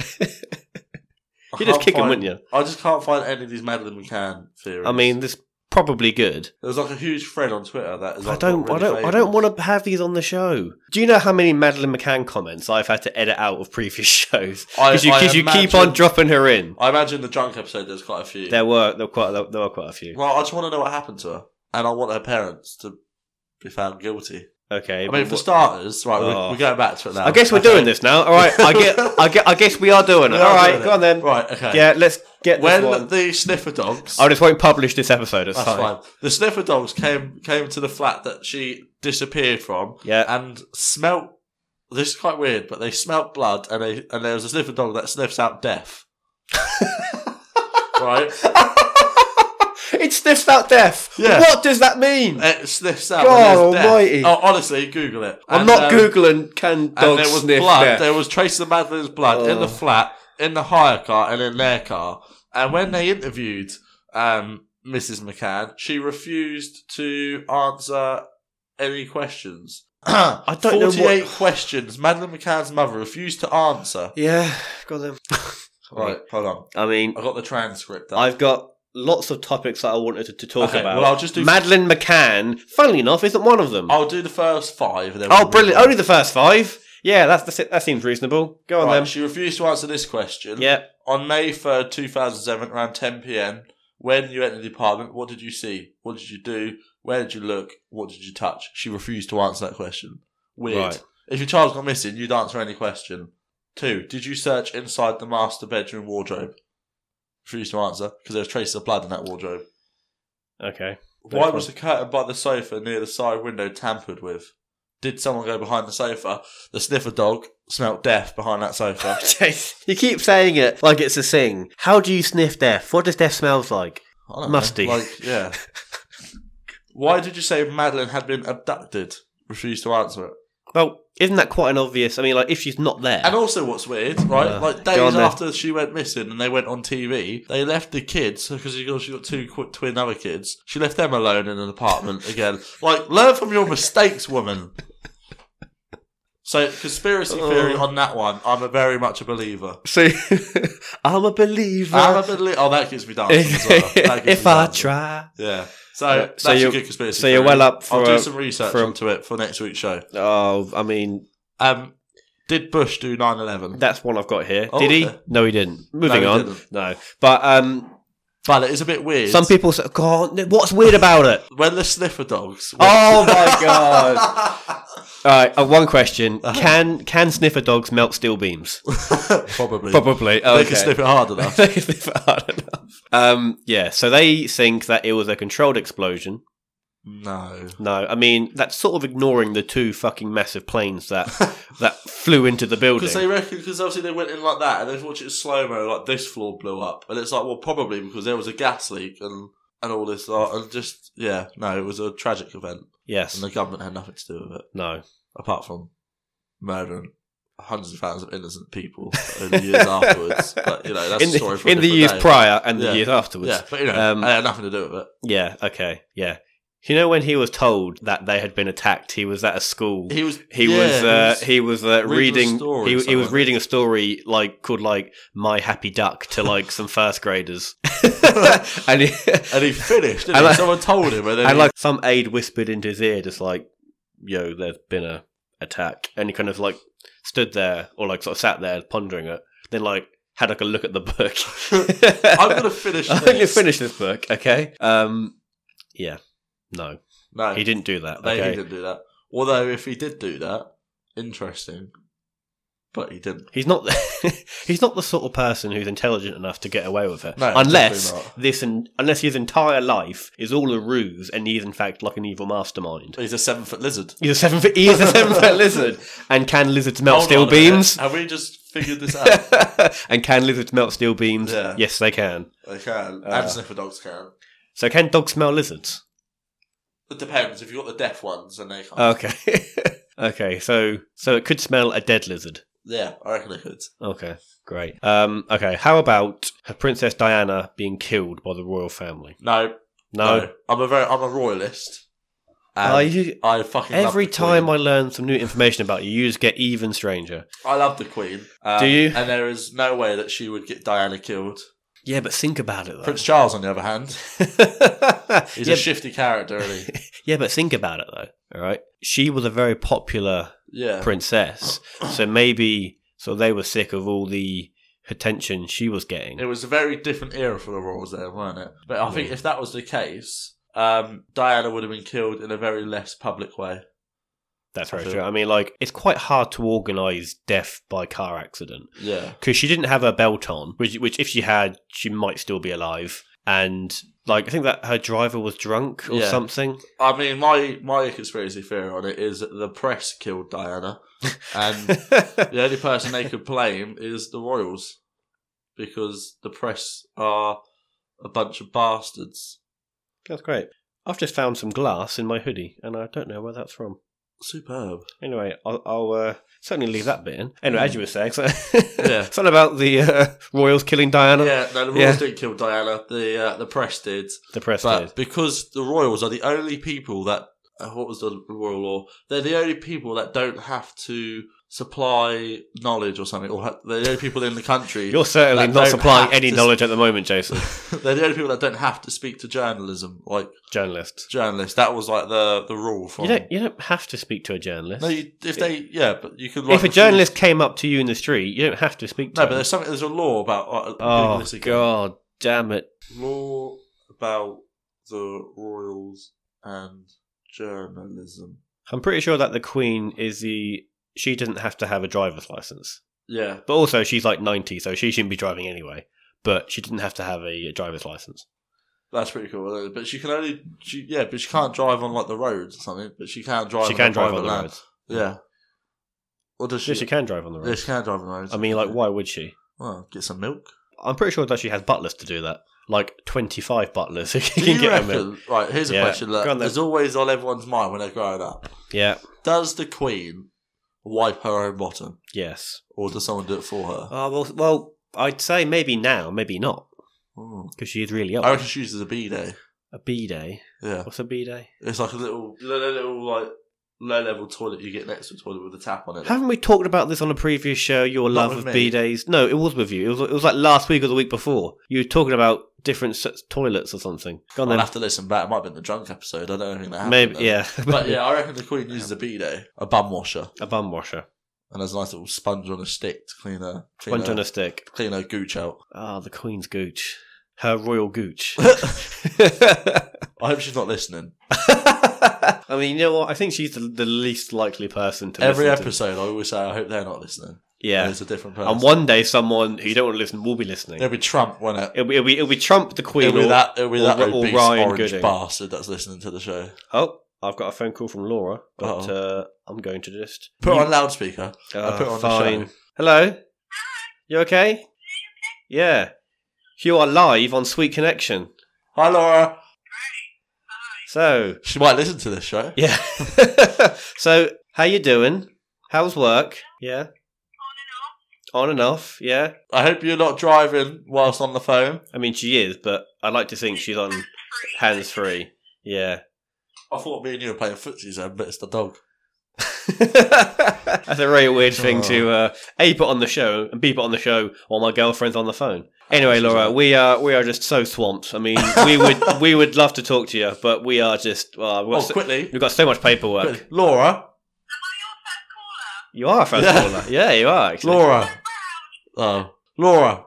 Speaker 2: I
Speaker 1: You'd just
Speaker 2: can't
Speaker 1: kick them,
Speaker 2: find-
Speaker 1: wouldn't you?
Speaker 2: I just can't find any of these Madeline McCann theories.
Speaker 1: I mean, this probably good.
Speaker 2: there's like a huge thread on Twitter that is.
Speaker 1: I
Speaker 2: Like
Speaker 1: don't,
Speaker 2: got
Speaker 1: I
Speaker 2: really
Speaker 1: don't, I don't want to have these on the show. Do you know how many Madeline McCann comments I've had to edit out of previous shows
Speaker 2: I-
Speaker 1: because you,
Speaker 2: I
Speaker 1: 'cause you keep on
Speaker 2: imagine-
Speaker 1: dropping her in?
Speaker 2: I imagine the drunk episode. There's quite a few.
Speaker 1: There were there were quite there were quite a few.
Speaker 2: Well, I just want to know what happened to her, and I want her parents to be found guilty.
Speaker 1: Okay,
Speaker 2: I mean, for
Speaker 1: what-
Speaker 2: starters, right?
Speaker 1: Oh.
Speaker 2: We're, we're going back to it now.
Speaker 1: I guess we're
Speaker 2: Okay.
Speaker 1: doing this now. All right, I get, I get, I guess we are doing it.
Speaker 2: We are
Speaker 1: All right,
Speaker 2: doing it.
Speaker 1: go on then.
Speaker 2: Right. Okay.
Speaker 1: Yeah, let's get this one.
Speaker 2: When the sniffer dogs.
Speaker 1: I just Oh, won't publish this episode. It's
Speaker 2: That's
Speaker 1: fine.
Speaker 2: fine. The sniffer dogs came came to the flat that she disappeared from
Speaker 1: Yeah,
Speaker 2: and smelt This is quite weird, but they smelt blood, and they and there was a sniffer dog that sniffs out death. right?
Speaker 1: it sniffs out death.
Speaker 2: Yeah.
Speaker 1: What does that mean?
Speaker 2: It sniffs out.
Speaker 1: God
Speaker 2: when there's death.
Speaker 1: almighty.
Speaker 2: Oh, honestly, Google it.
Speaker 1: I'm
Speaker 2: And,
Speaker 1: not
Speaker 2: um,
Speaker 1: googling. Can dogs
Speaker 2: And there was
Speaker 1: sniff
Speaker 2: blood.
Speaker 1: death?
Speaker 2: There was traces of Madeline's blood in
Speaker 1: Oh.
Speaker 2: the flat, in the hire car, and in their car. And when they interviewed um, Mrs. McCann, she refused to answer any questions.
Speaker 1: I don't know what-
Speaker 2: Forty-eight questions. Madeline McCann's mother refused to answer.
Speaker 1: Yeah, got them.
Speaker 2: Right, hold on.
Speaker 1: I mean,
Speaker 2: I got the transcript. up.
Speaker 1: I've got lots of topics that I wanted to, to talk
Speaker 2: Okay,
Speaker 1: about.
Speaker 2: well, I'll just do-
Speaker 1: Madeline McCann. Funnily enough, isn't one of them.
Speaker 2: I'll do the first five. and then we'll
Speaker 1: oh,
Speaker 2: move
Speaker 1: brilliant!
Speaker 2: on.
Speaker 1: Only the first five. Yeah, that's, that's it. that seems reasonable. Go on
Speaker 2: Right,
Speaker 1: then.
Speaker 2: She refused to answer this question.
Speaker 1: Yeah.
Speaker 2: On May 3rd, 2007, around 10 pm, when you entered the apartment, what did you see? What did you do? Where did you look? What did you touch? She refused to answer that question. Weird.
Speaker 1: Right.
Speaker 2: If your child's gone missing, you'd answer any question. Two, did you search inside the master bedroom wardrobe? Refused to answer because there was traces of blood in that wardrobe.
Speaker 1: Okay.
Speaker 2: Why was the curtain by the sofa near the side window tampered with? Did someone go behind the sofa? The sniffer dog smelt death behind that sofa.
Speaker 1: you keep saying it like it's a thing. How do you sniff death? What does death smells like?
Speaker 2: I don't know,
Speaker 1: Musty.
Speaker 2: Like, yeah. Why did you say Madeline had been abducted? Refused to answer it.
Speaker 1: Well, isn't that quite an obvious? I mean, like if she's not there,
Speaker 2: And also, what's weird, right?
Speaker 1: Yeah.
Speaker 2: like
Speaker 1: Go on
Speaker 2: days
Speaker 1: then.
Speaker 2: after she went missing and they went on TV, they left the kids because she got, she got two qu- twin other kids. She left them alone in an apartment again. Like, learn from your mistakes, woman. So, conspiracy theory
Speaker 1: Oh.
Speaker 2: on that one. I'm a very much a believer.
Speaker 1: so I'm a believer.
Speaker 2: I'm a believer. Oh, that gives me dancing as well. That gives
Speaker 1: if
Speaker 2: me
Speaker 1: I
Speaker 2: dancing.
Speaker 1: try.
Speaker 2: Yeah. So,
Speaker 1: Uh,
Speaker 2: that's
Speaker 1: so
Speaker 2: a
Speaker 1: you-
Speaker 2: good conspiracy.
Speaker 1: so you're
Speaker 2: theory.
Speaker 1: well up for
Speaker 2: I'll do
Speaker 1: a-
Speaker 2: some research
Speaker 1: for a-
Speaker 2: into it for next week's show.
Speaker 1: Oh, I mean,
Speaker 2: Um, did Bush do 9-11?
Speaker 1: that's one I've got here.
Speaker 2: Oh,
Speaker 1: Did he?
Speaker 2: okay.
Speaker 1: No, he didn't. Moving
Speaker 2: he
Speaker 1: on.
Speaker 2: didn't.
Speaker 1: No, but um,
Speaker 2: But it is a bit weird.
Speaker 1: some people say, "God, what's weird about it?"
Speaker 2: when the sniffer dogs.
Speaker 1: oh my god! All right, uh, one question: Can can sniffer dogs melt steel beams?
Speaker 2: probably.
Speaker 1: Probably.
Speaker 2: They
Speaker 1: Okay.
Speaker 2: can sniff it hard enough.
Speaker 1: They can sniff it hard enough. Um, yeah, so they think that it was a controlled explosion.
Speaker 2: no.
Speaker 1: No, I mean that's sort of ignoring the two fucking massive planes that that flew into the building.
Speaker 2: Because they reckon, because obviously they went in like that, and they watched it slow mo, like this floor blew up, and it's like, well, probably because there was a gas leak and and all this, like, and just yeah, no, it was a tragic event,
Speaker 1: yes.
Speaker 2: and the government had nothing to do with it
Speaker 1: No.
Speaker 2: apart from murdering hundreds of thousands of innocent people in the years afterwards. But you know, that's
Speaker 1: in
Speaker 2: a story
Speaker 1: the,
Speaker 2: for a
Speaker 1: in the
Speaker 2: different
Speaker 1: years
Speaker 2: day.
Speaker 1: prior and
Speaker 2: Yeah.
Speaker 1: the years afterwards.
Speaker 2: Yeah, but you know,
Speaker 1: Um,
Speaker 2: I had nothing to do with it.
Speaker 1: Yeah, okay, yeah. You know when he was told that they had been attacked, he was at a school.
Speaker 2: He was
Speaker 1: He
Speaker 2: yeah,
Speaker 1: was uh, he was uh,
Speaker 2: reading a
Speaker 1: reading
Speaker 2: story
Speaker 1: he,
Speaker 2: to
Speaker 1: he was
Speaker 2: someone.
Speaker 1: reading a story like called like My Happy Duck to like some first graders, and he,
Speaker 2: and he finished. Didn't
Speaker 1: I
Speaker 2: he?
Speaker 1: like-
Speaker 2: Someone told him, and then
Speaker 1: and
Speaker 2: he-
Speaker 1: like some aide whispered into his ear, just like "Yo, there's been a attack," and he kind of like stood there or like sort of sat there pondering it. Then like had like a look at the book.
Speaker 2: I'm gonna finish.
Speaker 1: I'm gonna
Speaker 2: this.
Speaker 1: finish this book, okay? Um, yeah, no,
Speaker 2: Uh, No,
Speaker 1: he didn't do that.
Speaker 2: they-
Speaker 1: okay?
Speaker 2: he didn't do that. Although, if he did do that, interesting. But he didn't.
Speaker 1: He's not the, he's not the sort of person who's intelligent enough to get away with it.
Speaker 2: No,
Speaker 1: unless
Speaker 2: definitely not.
Speaker 1: this and unless his entire life is all a ruse and he is in fact like an evil mastermind.
Speaker 2: He's a seven foot lizard.
Speaker 1: He's a seven foot he is a seven foot lizard. And can lizards melt
Speaker 2: Hold
Speaker 1: steel
Speaker 2: on a minute.
Speaker 1: beams?
Speaker 2: Have we just figured this out?
Speaker 1: and can lizards melt steel beams?
Speaker 2: Yeah.
Speaker 1: Yes they can.
Speaker 2: they can.
Speaker 1: Uh.
Speaker 2: and sniffer dogs can.
Speaker 1: So can dogs smell lizards?
Speaker 2: It depends. If you've got the deaf ones, then they can't.
Speaker 1: Okay. okay, so so it could smell a dead lizard.
Speaker 2: yeah, I reckon they could.
Speaker 1: Okay, great. Um, okay, how about Princess Diana being killed by the royal family?
Speaker 2: No,
Speaker 1: No.
Speaker 2: I'm a very, I'm a royalist. And
Speaker 1: Are you,
Speaker 2: I fucking love
Speaker 1: Every
Speaker 2: the
Speaker 1: time
Speaker 2: Queen.
Speaker 1: I learn some new information about you, you just get even stranger.
Speaker 2: I love the Queen. Um,
Speaker 1: Do you?
Speaker 2: And there is no way that she would get Diana killed.
Speaker 1: Yeah, but think about it though.
Speaker 2: Prince Charles, on the other hand, he's
Speaker 1: yeah,
Speaker 2: a shifty character, isn't he?
Speaker 1: yeah, but think about it though. All right, she was a very popular
Speaker 2: Yeah.
Speaker 1: princess, so maybe so they were sick of all the attention she was getting.
Speaker 2: It was a very different era for the royals there, weren't it? But I think if that was the case, um, Diana would have been killed in a very less public way.
Speaker 1: That's very
Speaker 2: I feel-
Speaker 1: true. I mean, like it's quite hard to organize death by car accident
Speaker 2: Yeah.
Speaker 1: because she didn't have her belt on, which, which if she had, she might still be alive. and like I think that her driver was drunk or
Speaker 2: Yeah.
Speaker 1: something.
Speaker 2: I mean, my my conspiracy theory on it is that the press killed Diana, and the only person they could blame is the royals, because the press are a bunch of bastards.
Speaker 1: that's great. I've just found some glass in my hoodie, and I don't know where that's from.
Speaker 2: Superb.
Speaker 1: Anyway, I'll, I'll uh, certainly leave that bit in. Anyway, as you were saying, so
Speaker 2: Mm. Yeah.
Speaker 1: something about the uh, royals killing Diana.
Speaker 2: Yeah, no, the royals
Speaker 1: uh, Yeah.
Speaker 2: didn't kill Diana. The uh, the press did.
Speaker 1: The press
Speaker 2: But
Speaker 1: did.
Speaker 2: because the royals are the only people that uh, what was the royal law? They're the only people that don't have to supply knowledge or something, or ha- they're the only people in the country.
Speaker 1: You're certainly
Speaker 2: that
Speaker 1: not
Speaker 2: don't
Speaker 1: supplying
Speaker 2: have
Speaker 1: any
Speaker 2: to-
Speaker 1: knowledge at the moment, Jason.
Speaker 2: they're the only people that don't have to speak to journalism, like
Speaker 1: Journalists.
Speaker 2: journalists. That was like the the rule from.
Speaker 1: You don't. You don't have to speak to a journalist.
Speaker 2: no, you, if they yeah, but you could.
Speaker 1: if a journalist came up to you in the street, you don't have to speak to.
Speaker 2: No, but
Speaker 1: him.
Speaker 2: there's something. There's a law about. Uh,
Speaker 1: oh
Speaker 2: this again.
Speaker 1: god, damn it!
Speaker 2: law about the royals and journalism.
Speaker 1: I'm pretty sure that the Queen is the. She doesn't have to have a driver's license,
Speaker 2: Yeah,
Speaker 1: but also she's like 90, so she shouldn't be driving anyway. But she didn't have to have a uh, driver's license.
Speaker 2: that's pretty cool. But she can only, she, yeah, but she can't drive on like the roads or something. But she can drive.
Speaker 1: she
Speaker 2: on
Speaker 1: can
Speaker 2: a
Speaker 1: drive
Speaker 2: private
Speaker 1: on the
Speaker 2: land.
Speaker 1: roads.
Speaker 2: Yeah. Or does she?
Speaker 1: Yeah, she can drive on the
Speaker 2: Yeah,
Speaker 1: roads.
Speaker 2: she can drive on the roads.
Speaker 1: I mean, like, why would she?
Speaker 2: Well, get some milk.
Speaker 1: I'm pretty sure that she has butlers to do that. Like 25 butlers who
Speaker 2: Do
Speaker 1: can
Speaker 2: you
Speaker 1: get
Speaker 2: reckon?
Speaker 1: them in.
Speaker 2: Right, here's a
Speaker 1: Yeah,
Speaker 2: question
Speaker 1: go on
Speaker 2: that
Speaker 1: then.
Speaker 2: is always on everyone's mind when they're growing up.
Speaker 1: Yeah.
Speaker 2: Does the Queen wipe her own bottom,
Speaker 1: Yes.
Speaker 2: or does someone do it for her?
Speaker 1: Oh well, well, I'd say maybe now, maybe not,
Speaker 2: Hmm.
Speaker 1: because she is really old.
Speaker 2: I reckon she uses a bidet.
Speaker 1: A B day.
Speaker 2: Yeah.
Speaker 1: What's a B day?
Speaker 2: It's like a little, little, little like low level toilet you get next to a toilet with a tap on it.
Speaker 1: Haven't we talked about this on a previous show? Your
Speaker 2: Not
Speaker 1: love
Speaker 2: with
Speaker 1: of
Speaker 2: me.
Speaker 1: B days? No, it was with you. It was, it was like last week or the week before. You were talking about different s- toilets or something. Go on
Speaker 2: I'll
Speaker 1: then.
Speaker 2: have to listen back. It might have been the drunk episode. I don't think that happened.
Speaker 1: Maybe,
Speaker 2: then.
Speaker 1: yeah.
Speaker 2: But yeah, I reckon the Queen uses a bidet, a bum washer,
Speaker 1: a bum washer.
Speaker 2: and there's a nice little sponge on a stick to clean her, clean
Speaker 1: Punch
Speaker 2: her,
Speaker 1: on a stick.
Speaker 2: clean her gooch out.
Speaker 1: Ah, the Queen's gooch. Her royal gooch.
Speaker 2: I hope she's not listening.
Speaker 1: I mean, you know what? I think she's the, the least likely person to
Speaker 2: Every
Speaker 1: listen to-
Speaker 2: episode, I always say, I hope they're not listening.
Speaker 1: yeah.
Speaker 2: It's a different person.
Speaker 1: And one day, someone who you don't want to listen will be listening.
Speaker 2: It'll be Trump, won't it?
Speaker 1: It'll be, it'll be, it'll be Trump, the Queen.
Speaker 2: It'll be
Speaker 1: or-
Speaker 2: that, it'll be
Speaker 1: or-
Speaker 2: that
Speaker 1: or
Speaker 2: obese
Speaker 1: Ryan
Speaker 2: orange
Speaker 1: Gooding.
Speaker 2: bastard that's listening to the show.
Speaker 1: Oh, I've got a phone call from Laura, but
Speaker 2: Uh-oh.
Speaker 1: uh, I'm going to just
Speaker 2: Put it on loudspeaker.
Speaker 1: Uh,
Speaker 2: I put it on
Speaker 1: fine.
Speaker 2: the show.
Speaker 1: Hello. Hi. You okay? Yeah. You are live on Sweet Connection.
Speaker 2: Hi, Laura.
Speaker 1: So
Speaker 2: She might listen to this show.
Speaker 1: yeah. so how you doing? How's work? Yeah. On and off. Yeah.
Speaker 2: I hope you're not driving whilst on the phone.
Speaker 1: I mean, she is, but I like to think she's on hands free. Yeah.
Speaker 2: I thought me and you were playing footsie then, but it's the dog.
Speaker 1: That's a very weird thing to
Speaker 2: Oh.
Speaker 1: uh, a put on the show and b put on the show while my girlfriend's on the phone. Anyway, Laura, we are we are just so swamped. I mean, we would we would love to talk to you, but we are just well, we've, got
Speaker 2: Oh,
Speaker 1: so,
Speaker 2: quickly.
Speaker 1: we've got so much paperwork.
Speaker 2: quickly. Laura.
Speaker 1: You are a first
Speaker 2: Yeah.
Speaker 1: caller. Yeah, you are. Actually.
Speaker 2: Laura. Oh. Laura.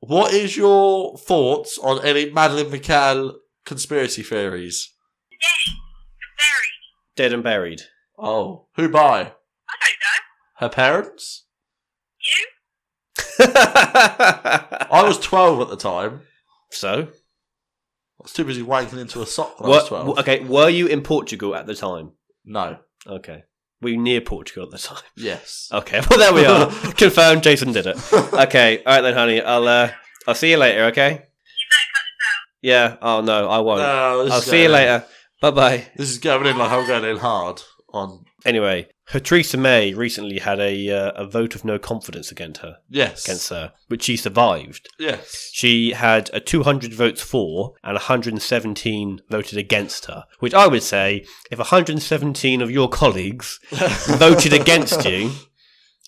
Speaker 2: What is your thoughts on any Madeline McCann conspiracy theories?
Speaker 3: Very.
Speaker 1: dead and buried.
Speaker 2: Oh. Who by?
Speaker 3: I don't know.
Speaker 2: Her parents?
Speaker 3: You?
Speaker 2: I was 12 at the time.
Speaker 1: so,
Speaker 2: I was too busy wanking into a sock when I was
Speaker 1: what,
Speaker 2: 12.
Speaker 1: okay, were you in Portugal at the time?
Speaker 2: No.
Speaker 1: Okay, were you near Portugal at the time?
Speaker 2: Yes.
Speaker 1: Okay, well there we are. Confirmed. Jason did it. Okay, all right then, honey. I'll uh, I'll see you later. Okay. Yeah. Oh no, I won't.
Speaker 2: No, Uh, this
Speaker 1: I'll
Speaker 2: is
Speaker 1: see you
Speaker 2: going in-
Speaker 1: later. Bye bye.
Speaker 2: This is going in like I'm going in hard on.
Speaker 1: Anyway, her Theresa May recently had a uh, a vote of no confidence against her,
Speaker 2: Yes.
Speaker 1: against her, which she survived.
Speaker 2: Yes.
Speaker 1: She had a 200 votes for and 117 voted against her, which I would say if 117 of your colleagues voted against you,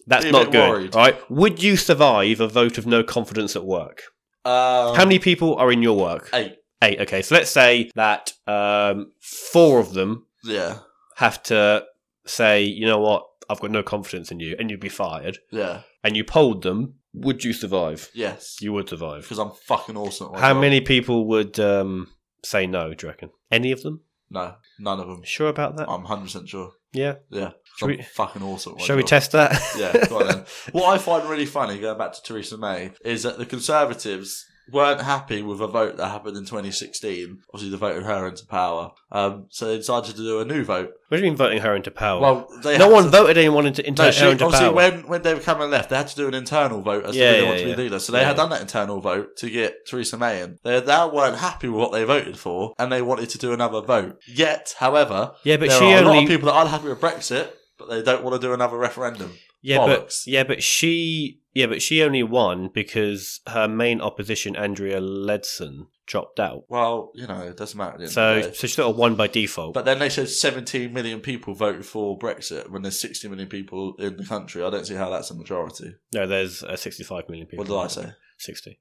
Speaker 1: that's
Speaker 2: Be a
Speaker 1: not
Speaker 2: bit
Speaker 1: good.
Speaker 2: worried.
Speaker 1: Right? Would you survive a vote of no confidence at work?
Speaker 2: Um,
Speaker 1: How many people are in your work?
Speaker 2: Eight.
Speaker 1: Eight. Okay, so let's say that um, four of them
Speaker 2: Yeah.
Speaker 1: have to say, you know what, I've got no confidence in you, and you'd be fired.
Speaker 2: Yeah.
Speaker 1: And you polled them. Would you survive?
Speaker 2: Yes.
Speaker 1: You would survive.
Speaker 2: Because I'm fucking awesome. at my
Speaker 1: How
Speaker 2: job.
Speaker 1: many people would um, say no? Do you reckon any of them?
Speaker 2: No, none of them.
Speaker 1: Sure about that?
Speaker 2: I'm 100% sure.
Speaker 1: yeah.
Speaker 2: Yeah.
Speaker 1: Shall
Speaker 2: I'm
Speaker 1: we-
Speaker 2: fucking awesome. at my
Speaker 1: Shall we
Speaker 2: job.
Speaker 1: test that?
Speaker 2: Yeah, go on then. What I find really funny, going back to Theresa May, is that the Conservatives weren't happy with a vote that happened in 2016. Obviously, they voted her into power. Um, so they decided to do a new vote.
Speaker 1: What do you mean voting her into power?
Speaker 2: Well, they
Speaker 1: Oh. no
Speaker 2: had
Speaker 1: one
Speaker 2: to-
Speaker 1: voted anyone into, into
Speaker 2: No,
Speaker 1: her
Speaker 2: she,
Speaker 1: into
Speaker 2: obviously
Speaker 1: power.
Speaker 2: when when David Cameron left, they had to do an internal vote as
Speaker 1: Yeah,
Speaker 2: to who they
Speaker 1: yeah,
Speaker 2: want to
Speaker 1: yeah.
Speaker 2: be leader. So they
Speaker 1: Yeah.
Speaker 2: had done that internal vote to get Theresa May in. They now weren't happy with what they voted for, and they wanted to do another vote. Yet, however,
Speaker 1: yeah, but
Speaker 2: there
Speaker 1: she
Speaker 2: are a lot
Speaker 1: only
Speaker 2: of people that aren't happy with Brexit, but they don't want to do another referendum.
Speaker 1: yeah, but
Speaker 2: bollocks.
Speaker 1: yeah, but she yeah, but she only won because her main opposition Andrea Ledson dropped out.
Speaker 2: Well, you know, it doesn't matter. at the end
Speaker 1: So
Speaker 2: of the day.
Speaker 1: so she sort of won by default.
Speaker 2: But then they said 17 million people voted for Brexit when there's 60 million people in the country. I don't see how that's a majority.
Speaker 1: no, there's uh, 65 million people.
Speaker 2: What did I say?
Speaker 1: 60.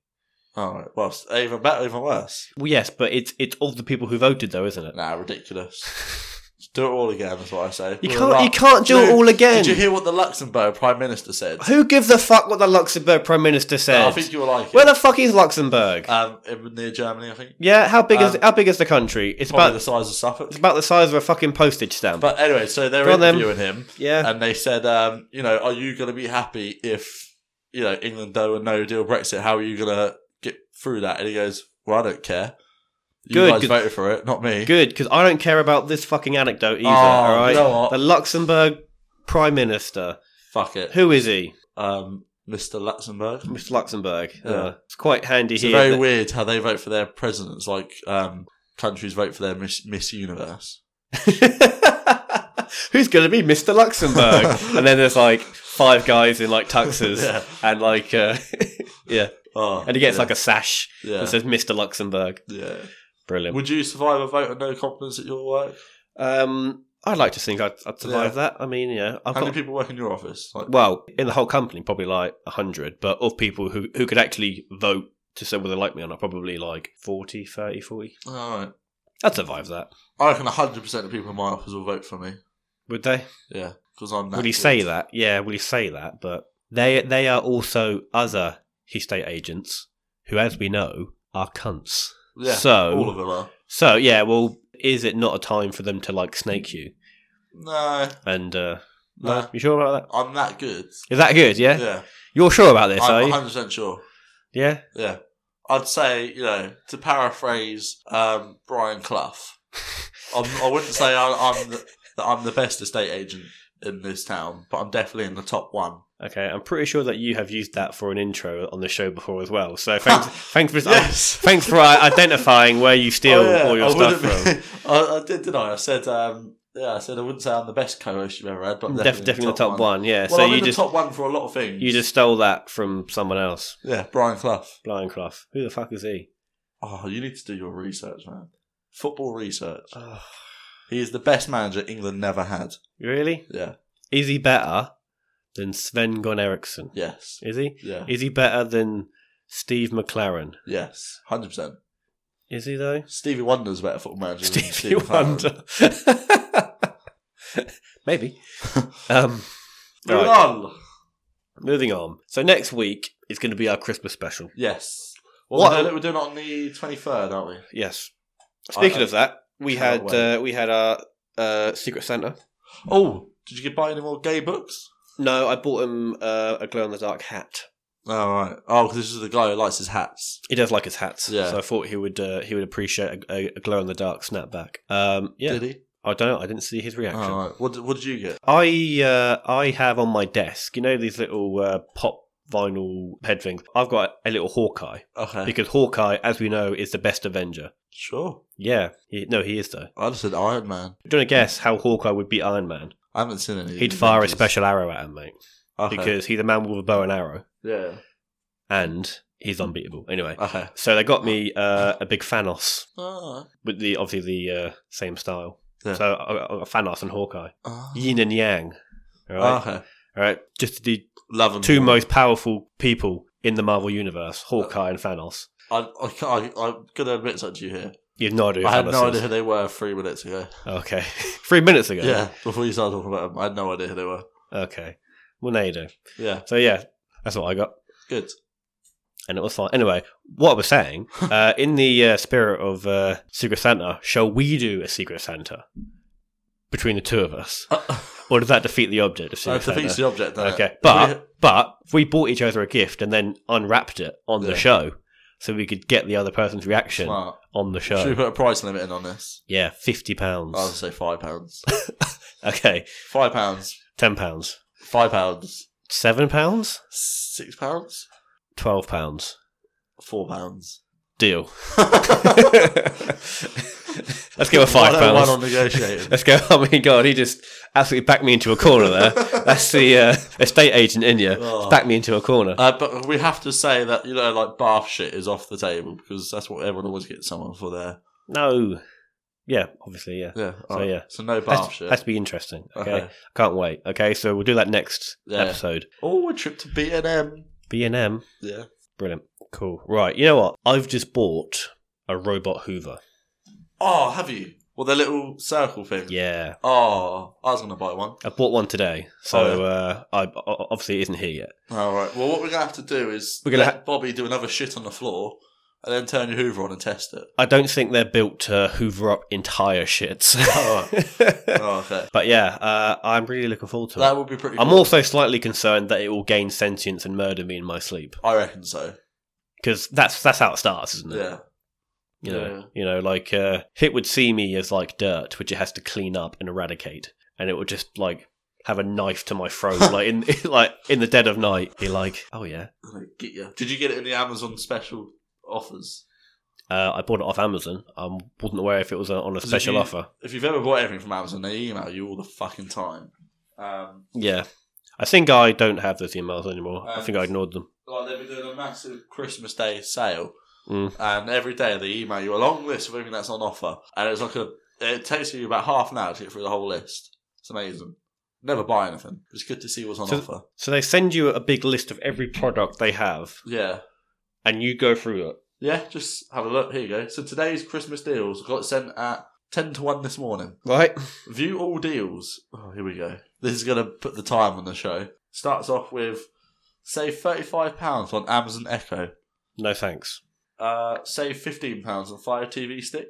Speaker 2: All right. Well, it's even better, even worse.
Speaker 1: Well, yes, but it's it's all the people who voted though, isn't it?
Speaker 2: Nah, ridiculous. Just do it all again. That's what I say.
Speaker 1: You
Speaker 2: With
Speaker 1: can't
Speaker 2: luck.
Speaker 1: you can't do it
Speaker 2: Dude,
Speaker 1: all again.
Speaker 2: Did you hear what the Luxembourg Prime Minister said?
Speaker 1: Who gives a fuck what the Luxembourg Prime Minister said?
Speaker 2: I think you'll like it.
Speaker 1: Where the fuck is Luxembourg?
Speaker 2: um, in- near Germany, I think.
Speaker 1: yeah, how big is
Speaker 2: um,
Speaker 1: how big is the country? It's
Speaker 2: Probably
Speaker 1: about
Speaker 2: the size of Suffolk.
Speaker 1: it's about the size of a fucking postage stamp.
Speaker 2: But anyway, so they're
Speaker 1: Go on then.
Speaker 2: interviewing him.
Speaker 1: yeah.
Speaker 2: and they said, um, you know, are you going to be happy if, you know, England do a no deal Brexit? How are you going to get through that? And he goes, well, I don't care. You
Speaker 1: Good,
Speaker 2: guys
Speaker 1: 'cause-
Speaker 2: voted for it, not me.
Speaker 1: Good, because I don't care about this fucking anecdote either,
Speaker 2: Oh,
Speaker 1: alright?
Speaker 2: you know what?
Speaker 1: The Luxembourg Prime Minister.
Speaker 2: Fuck it.
Speaker 1: Who is he?
Speaker 2: Um, Mr. Luxembourg.
Speaker 1: Mr. Luxembourg.
Speaker 2: Yeah.
Speaker 1: Uh, it's quite handy
Speaker 2: It's
Speaker 1: here.
Speaker 2: very
Speaker 1: that-
Speaker 2: weird how they vote for their presidents, like um, countries vote for their Miss, Miss Universe.
Speaker 1: Who's going to be Mr. Luxembourg? and then there's like five guys in like tuxes
Speaker 2: Yeah.
Speaker 1: and like, uh, yeah.
Speaker 2: Oh,
Speaker 1: And he gets
Speaker 2: yeah.
Speaker 1: like a sash
Speaker 2: yeah.
Speaker 1: that says Mr. Luxembourg.
Speaker 2: yeah.
Speaker 1: Brilliant.
Speaker 2: Would you survive a vote of no confidence at your work?
Speaker 1: um, I'd like to think I'd, I'd survive that. I mean, yeah. I've
Speaker 2: How many
Speaker 1: got,
Speaker 2: people work in your office? Like,
Speaker 1: well, in the whole company, probably like 100, but of people who, who could actually vote to say whether they like me or not, probably like 40, 30, 40.
Speaker 2: all right.
Speaker 1: I'd survive that.
Speaker 2: I reckon 100% of people in my office will vote for me.
Speaker 1: Would they?
Speaker 2: Yeah, because I'm.
Speaker 1: Will he
Speaker 2: good.
Speaker 1: say that? Yeah, will he say that? But they they are also other estate agents who, as we know, are cunts.
Speaker 2: Yeah,
Speaker 1: So-
Speaker 2: all of them are.
Speaker 1: So yeah, well, is it not a time for them to like snake you?
Speaker 2: No,
Speaker 1: And uh,
Speaker 2: no,
Speaker 1: no, you sure about that?
Speaker 2: I'm that good.
Speaker 1: Is that good? Yeah,
Speaker 2: Yeah,
Speaker 1: you're sure about this, are
Speaker 2: I'm
Speaker 1: you?
Speaker 2: 100 percent sure.
Speaker 1: Yeah,
Speaker 2: Yeah, I'd say you know to paraphrase um, Brian Clough, I'm, I wouldn't say I'm, I'm the, that I'm the best estate agent in this town, but I'm definitely in the top one.
Speaker 1: okay. I'm pretty sure that you have used that for an intro on the show before as well. So thanks, thanks for
Speaker 2: Yes.
Speaker 1: thanks for uh, identifying where you steal
Speaker 2: Oh, yeah,
Speaker 1: all your
Speaker 2: I
Speaker 1: stuff
Speaker 2: wouldn't
Speaker 1: from.
Speaker 2: be- I, I did, didn't I? I said, um, yeah, I said I wouldn't say I'm the best co-host you've ever had, but I'm
Speaker 1: Def-
Speaker 2: definitely,
Speaker 1: definitely, the top one. Yeah.
Speaker 2: Well,
Speaker 1: so
Speaker 2: I'm
Speaker 1: you
Speaker 2: in
Speaker 1: just
Speaker 2: the top one for a lot of things.
Speaker 1: you just stole that from someone else.
Speaker 2: yeah, Brian Clough.
Speaker 1: Blind Clough. Who the fuck is he?
Speaker 2: Oh, you need to do your research, man. Football research. He is the best manager England never had.
Speaker 1: really?
Speaker 2: Yeah.
Speaker 1: Is he better than Sven Gon Eriksson?
Speaker 2: Yes.
Speaker 1: Is he?
Speaker 2: Yeah.
Speaker 1: Is he better than Steve McLaren?
Speaker 2: Yes. Hundred percent.
Speaker 1: Is he though?
Speaker 2: Stevie Wonder's a better football manager than
Speaker 1: Stevie
Speaker 2: Stevie Wonder.
Speaker 1: Wonder. Maybe. um,
Speaker 2: Moving
Speaker 1: right,
Speaker 2: on.
Speaker 1: moving on. So next week is going to be our Christmas special.
Speaker 2: Yes.
Speaker 1: What-
Speaker 2: Well, we're doing it- we're doing it on the twenty third, aren't we?
Speaker 1: Yes. Speaking
Speaker 2: I-
Speaker 1: of that, we had
Speaker 2: Cannot wait.
Speaker 1: uh, we had our uh, Secret Santa.
Speaker 2: Oh, did you get buy any more gay books?
Speaker 1: No, I bought him uh, a glow in the dark hat.
Speaker 2: Oh, right. Oh, 'cause this is the guy who likes his hats.
Speaker 1: He does like his hats,
Speaker 2: Yeah.
Speaker 1: so I thought he would uh, he would appreciate a, a, glow in the dark snapback. Um, yeah,
Speaker 2: Did he?
Speaker 1: I don't. I didn't see his reaction.
Speaker 2: Oh, right. What did, what did you get?
Speaker 1: I uh, I have on my desk, you know, these little uh, pop vinyl head things. I've got a little Hawkeye
Speaker 2: Okay.
Speaker 1: because Hawkeye, as we know, is the best Avenger.
Speaker 2: sure.
Speaker 1: Yeah, he, no, he is though.
Speaker 2: I just said Iron Man.
Speaker 1: Do you want to guess how Hawkeye would beat Iron Man?
Speaker 2: I haven't seen any.
Speaker 1: He'd fire a
Speaker 2: Mm, Avengers.
Speaker 1: special arrow at him, mate,
Speaker 2: Okay.
Speaker 1: because he's a man with a bow and arrow,
Speaker 2: yeah.
Speaker 1: and he's unbeatable. Anyway,
Speaker 2: Okay.
Speaker 1: so they got me uh, a big Thanos
Speaker 2: Oh,
Speaker 1: with the obviously the uh, same style.
Speaker 2: Yeah.
Speaker 1: So uh, uh, Thanos and Hawkeye,
Speaker 2: oh.
Speaker 1: yin and yang. All right,
Speaker 2: Okay.
Speaker 1: all right. Just the
Speaker 2: Love them.
Speaker 1: two most powerful people in the Marvel universe, Hawkeye and Thanos.
Speaker 2: I, I, can't- I, I'm going to admit something to you here.
Speaker 1: You have no idea. Who
Speaker 2: I had
Speaker 1: Thanos
Speaker 2: no
Speaker 1: is.
Speaker 2: idea who they were three minutes ago.
Speaker 1: Okay, three minutes ago.
Speaker 2: Yeah. Before you started talking about them, I had no idea who they were.
Speaker 1: Okay. Well, now you do.
Speaker 2: Yeah.
Speaker 1: So yeah, that's what I got,
Speaker 2: Good.
Speaker 1: and it was fine. Anyway, what I was saying, uh, in the uh, spirit of uh, Secret Santa, shall we do a Secret Santa between the two of us,
Speaker 2: Uh,
Speaker 1: or does that defeat the object of
Speaker 2: it
Speaker 1: Secret Santa?
Speaker 2: defeats the object. doesn't it?
Speaker 1: Okay,
Speaker 2: If
Speaker 1: but
Speaker 2: we-
Speaker 1: but if we bought each other a gift and then unwrapped it on
Speaker 2: Yeah.
Speaker 1: the show, so we could get the other person's reaction
Speaker 2: Smart.
Speaker 1: on the show.
Speaker 2: Should we put a price limit in on this?
Speaker 1: Yeah, fifty pounds.
Speaker 2: I'll say five pounds.
Speaker 1: Okay,
Speaker 2: five pounds.
Speaker 1: ten pounds,
Speaker 2: Five pounds.
Speaker 1: seven pounds,
Speaker 2: Six pounds.
Speaker 1: twelve pounds.
Speaker 2: Four pounds.
Speaker 1: Deal. Let's go
Speaker 2: Give
Speaker 1: with five
Speaker 2: One
Speaker 1: pounds.
Speaker 2: on negotiating.
Speaker 1: Let's go. I mean, God, he just absolutely backed me into a corner there. That's the uh, estate agent in you.
Speaker 2: Oh.
Speaker 1: Backed me into a corner.
Speaker 2: Uh, but we have to say that you know, like bath shit is off the table because that's what everyone always gets someone for there.
Speaker 1: no. Yeah, obviously, yeah.
Speaker 2: Yeah.
Speaker 1: So,
Speaker 2: alright.
Speaker 1: yeah.
Speaker 2: So no bath
Speaker 1: That's,
Speaker 2: shit.
Speaker 1: that's be interesting. Okay? can't wait. Okay, so we'll do that next
Speaker 2: Uh-huh. Yeah.
Speaker 1: episode.
Speaker 2: Oh, a trip to B and M.
Speaker 1: B and M,
Speaker 2: Yeah.
Speaker 1: brilliant, cool. Right, you know what? I've just bought a robot Hoover.
Speaker 2: Oh, have you? Well, the little circle thing.
Speaker 1: Yeah,
Speaker 2: Oh, I was gonna buy one.
Speaker 1: I bought one today, so
Speaker 2: Oh, yeah.
Speaker 1: uh, I o- o- obviously it isn't here yet.
Speaker 2: All right. Well, what we're gonna have to do is
Speaker 1: We're gonna
Speaker 2: let Bobby do another shit on the floor, and then turn your Hoover on and test it.
Speaker 1: I don't think they're built to Hoover up entire shits.
Speaker 2: Oh, oh, okay.
Speaker 1: but yeah, uh, I'm really looking forward to it.
Speaker 2: That would be pretty.
Speaker 1: I'm
Speaker 2: cool.
Speaker 1: also slightly concerned that it will gain sentience and murder me in my sleep
Speaker 2: I reckon so.
Speaker 1: because that's that's how it starts, isn't it?
Speaker 2: Yeah.
Speaker 1: You know, you know, like uh, it would see me as like dirt, which it has to clean up and eradicate, and it would just like have a knife to my throat, like in like in the dead of night. Be like, oh yeah,
Speaker 2: Like, Get you. Did you get it in the Amazon special offers?
Speaker 1: uh, I bought it off Amazon. I wasn't aware if it was uh, on a
Speaker 2: it
Speaker 1: special
Speaker 2: you-
Speaker 1: offer.
Speaker 2: If you've ever bought anything from Amazon, they email you all the fucking time. Um,
Speaker 1: Yeah, I think I don't have those emails anymore. I
Speaker 2: Um,
Speaker 1: think I ignored them.
Speaker 2: like they've been doing a massive Christmas Day sale,
Speaker 1: Mm.
Speaker 2: and every day they email you a long list of everything that's on offer, and it's like a it takes you about half an hour to get through the whole list. It's amazing. Never buy anything. It's good to see what's on
Speaker 1: So-
Speaker 2: offer.
Speaker 1: So they send you a big list of every product they have,
Speaker 2: Yeah.
Speaker 1: and you go through it.
Speaker 2: Yeah, just have a look. Here you go. So today's Christmas deals got sent at 10 to 1 this morning.
Speaker 1: Right.
Speaker 2: View all deals. Oh, here we go. This is going to put the time on the show. Starts off with save £35 on Amazon Echo,
Speaker 1: No thanks.
Speaker 2: uh, save £15 on Fire TV Stick.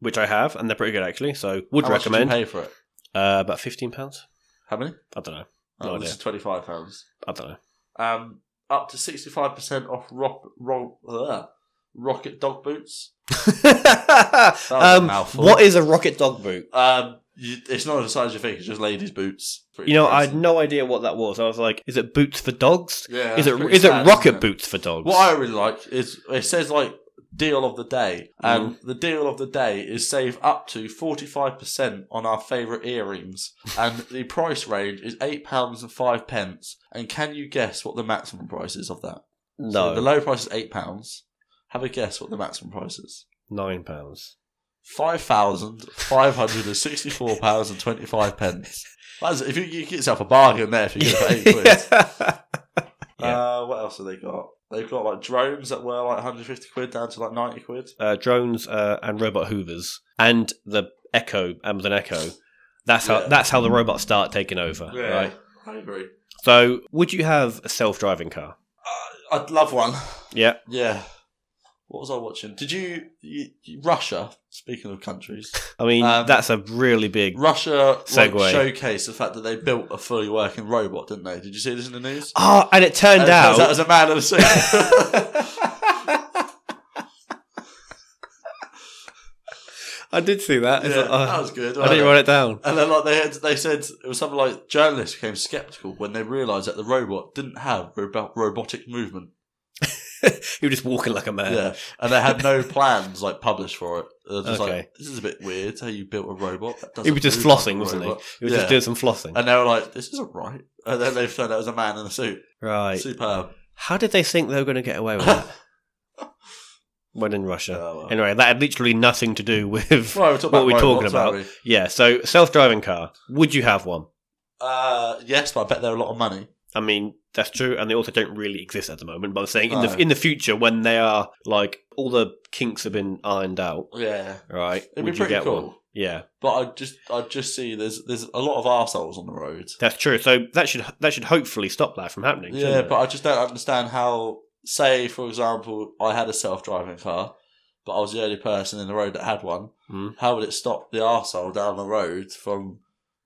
Speaker 1: Which I have, and they're pretty good actually. So would
Speaker 2: How much did you
Speaker 1: recommend.
Speaker 2: pay for it?
Speaker 1: Uh, about fifteen pounds.
Speaker 2: How many?
Speaker 1: I don't know.
Speaker 2: Oh,
Speaker 1: No
Speaker 2: this
Speaker 1: idea.
Speaker 2: is £25.
Speaker 1: I don't know.
Speaker 2: Um, up to 65% off rock, rock, uh, Rocket Dog Boots. was a
Speaker 1: um,
Speaker 2: mouthful.
Speaker 1: what is a rocket dog boot?
Speaker 2: Um, you, it's not as size as you think, it's just ladies' boots. Pretty
Speaker 1: You know, I had
Speaker 2: basic.
Speaker 1: no idea what that was. I was like, is it boots for dogs?
Speaker 2: Yeah,
Speaker 1: is it
Speaker 2: pretty
Speaker 1: is it
Speaker 2: sad,
Speaker 1: rocket
Speaker 2: isn't it?
Speaker 1: boots for dogs?
Speaker 2: What I really like is it says like deal of the day, and
Speaker 1: Mm-hmm.
Speaker 2: the deal of the day is save up to forty five percent on our favourite earrings, and the price range is eight pounds and five pence. And can you guess what the maximum price is of that?
Speaker 1: no,
Speaker 2: So the low price is eight pounds. Have a guess what the maximum price is.
Speaker 1: nine pounds.
Speaker 2: Five thousand five hundred and sixty-four pounds and twenty-five pence. That's, if you, you get yourself a bargain there, if you get it for eight quid. Uh, what else have they got? They've got like drones that were like 150 quid down to like 90 quid.
Speaker 1: uh, drones uh, and robot hoovers and the Echo Amazon Echo. That's how
Speaker 2: Yeah.
Speaker 1: that's how the robots start taking over, right?
Speaker 2: I agree.
Speaker 1: So, would you have a self-driving car?
Speaker 2: Uh, I'd love one.
Speaker 1: Yeah.
Speaker 2: Yeah. What was I watching? Did you, you, you- Russia? Speaking of countries,
Speaker 1: I mean,
Speaker 2: Um,
Speaker 1: that's a really big.
Speaker 2: Russia like,
Speaker 1: Segue.
Speaker 2: showcased the fact that they built a fully working robot, didn't they? Did you see this in the news?
Speaker 1: Oh, and it turned
Speaker 2: And it turns
Speaker 1: out
Speaker 2: out as a man of the sea.
Speaker 1: I did see that.
Speaker 2: yeah,
Speaker 1: It's like, uh,
Speaker 2: that was good.
Speaker 1: I didn't write it down.
Speaker 2: And then, like they had, they said it was something like journalists became skeptical when they realised that the robot didn't have robo- robotic movement.
Speaker 1: you were just walking like a man.
Speaker 2: Yeah, and they had no plans like published for it. They were just
Speaker 1: Okay.
Speaker 2: like, this is a bit weird how you built a robot. That doesn't
Speaker 1: He was just
Speaker 2: move like a
Speaker 1: flossing, wasn't he?
Speaker 2: robot."
Speaker 1: He was
Speaker 2: Yeah.
Speaker 1: just doing some flossing.
Speaker 2: And they were like, this isn't right. And then they found out it was a man in a suit.
Speaker 1: right.
Speaker 2: Superb.
Speaker 1: How did they think they were going to get away with that when in Russia?
Speaker 2: Oh, well.
Speaker 1: Anyway, that had literally nothing to do with.
Speaker 2: Well, we're talking
Speaker 1: What are we
Speaker 2: about
Speaker 1: talking
Speaker 2: robots, aren't
Speaker 1: about? Yeah, so self driving car. Would you have one?
Speaker 2: we? Uh, yes, but I bet they're a lot of money.
Speaker 1: I mean, that's true, and they also don't really exist at the moment. But I'm saying in
Speaker 2: No.
Speaker 1: the in the future, when they are like all the kinks have been ironed out,
Speaker 2: Yeah,
Speaker 1: right?
Speaker 2: it'd
Speaker 1: would
Speaker 2: be
Speaker 1: you
Speaker 2: pretty
Speaker 1: get
Speaker 2: cool.
Speaker 1: one? Yeah,
Speaker 2: But I just, I just see there's, there's a lot of arseholes on the road.
Speaker 1: that's true. So that should that should hopefully stop that from happening.
Speaker 2: Yeah,
Speaker 1: shouldn't it?
Speaker 2: but I just don't understand how. Say, for example, I had a self-driving car, but I was the only person in the road that had one.
Speaker 1: Mm.
Speaker 2: How would it stop the arsehole down the road from,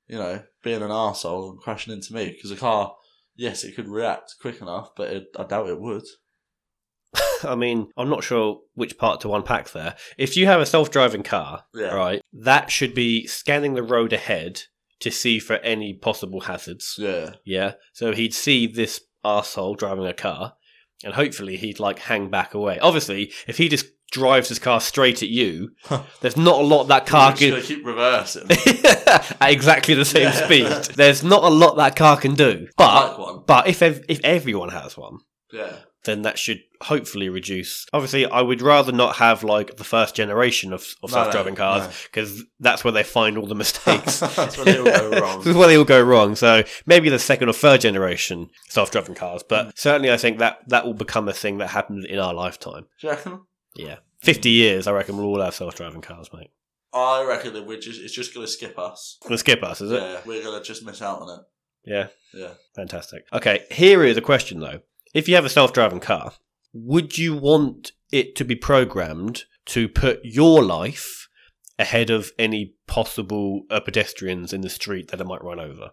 Speaker 2: you know, being an arsehole and crashing into me? Because the car, yes, it could react quick enough, but it, I doubt it would.
Speaker 1: I mean, I'm not sure which part to unpack there. If you have a self driving car,
Speaker 2: Yeah.
Speaker 1: right, that should be scanning the road ahead to see for any possible hazards.
Speaker 2: Yeah.
Speaker 1: Yeah. So he'd see this asshole driving a car, and hopefully he'd like hang back away. Obviously, if he just drives his car straight at you, there's not a lot that car
Speaker 2: I'm just
Speaker 1: can
Speaker 2: gonna keep reversing.
Speaker 1: at exactly the same
Speaker 2: Yeah.
Speaker 1: speed. There's not a lot that car can do. But
Speaker 2: like one.
Speaker 1: but if ev- if everyone has one,
Speaker 2: Yeah.
Speaker 1: then that should hopefully reduce. Obviously, I would rather not have like the first generation of, of
Speaker 2: No, no,
Speaker 1: self-driving cars because that's where they find all the mistakes.
Speaker 2: That's where they all go
Speaker 1: This is
Speaker 2: wrong.
Speaker 1: where they all go wrong. So maybe the second or third generation self-driving cars,
Speaker 2: Mm.
Speaker 1: but certainly I think that that will become a thing that happens in our lifetime.
Speaker 2: Do you reckon?
Speaker 1: Yeah, fifty years, I reckon we'll all have self-driving cars, mate.
Speaker 2: I reckon that we're just it's just gonna skip us.
Speaker 1: Gonna skip us, is it?
Speaker 2: Yeah, we're gonna just miss out on it.
Speaker 1: Yeah.
Speaker 2: Yeah.
Speaker 1: Fantastic. Okay, here is a question though. If you have a self driving car, would you want it to be programmed to put your life ahead of any possible uh, pedestrians in the street that it might run over?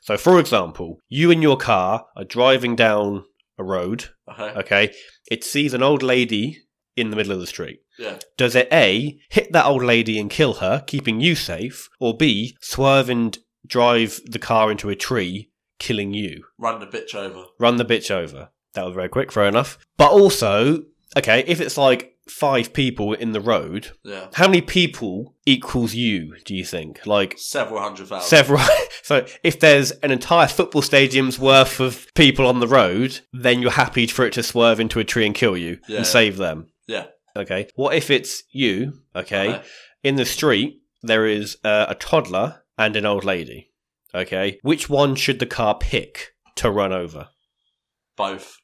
Speaker 1: So, for example, you and your car are driving down a road,
Speaker 2: Okay.
Speaker 1: okay? It sees an old lady in the middle of the street.
Speaker 2: Yeah.
Speaker 1: Does it A, hit that old lady and kill her, keeping you safe, or B, swerve and drive the car into a tree, killing you?
Speaker 2: Run the bitch over.
Speaker 1: Run the bitch over. That was very quick, fair enough. But also, okay, if it's like five people in the road,
Speaker 2: Yeah.
Speaker 1: how many people equals you, do you think? Like
Speaker 2: Several hundred thousand.
Speaker 1: several. so if there's an entire football stadium's worth of people on the road, then you're happy for it to swerve into a tree and kill you
Speaker 2: Yeah.
Speaker 1: and save them.
Speaker 2: Yeah.
Speaker 1: Okay. What if it's you, okay?
Speaker 2: Okay.
Speaker 1: In the street, there is uh, a toddler and an old lady. Okay. Which one should the car pick to run over?
Speaker 2: Both.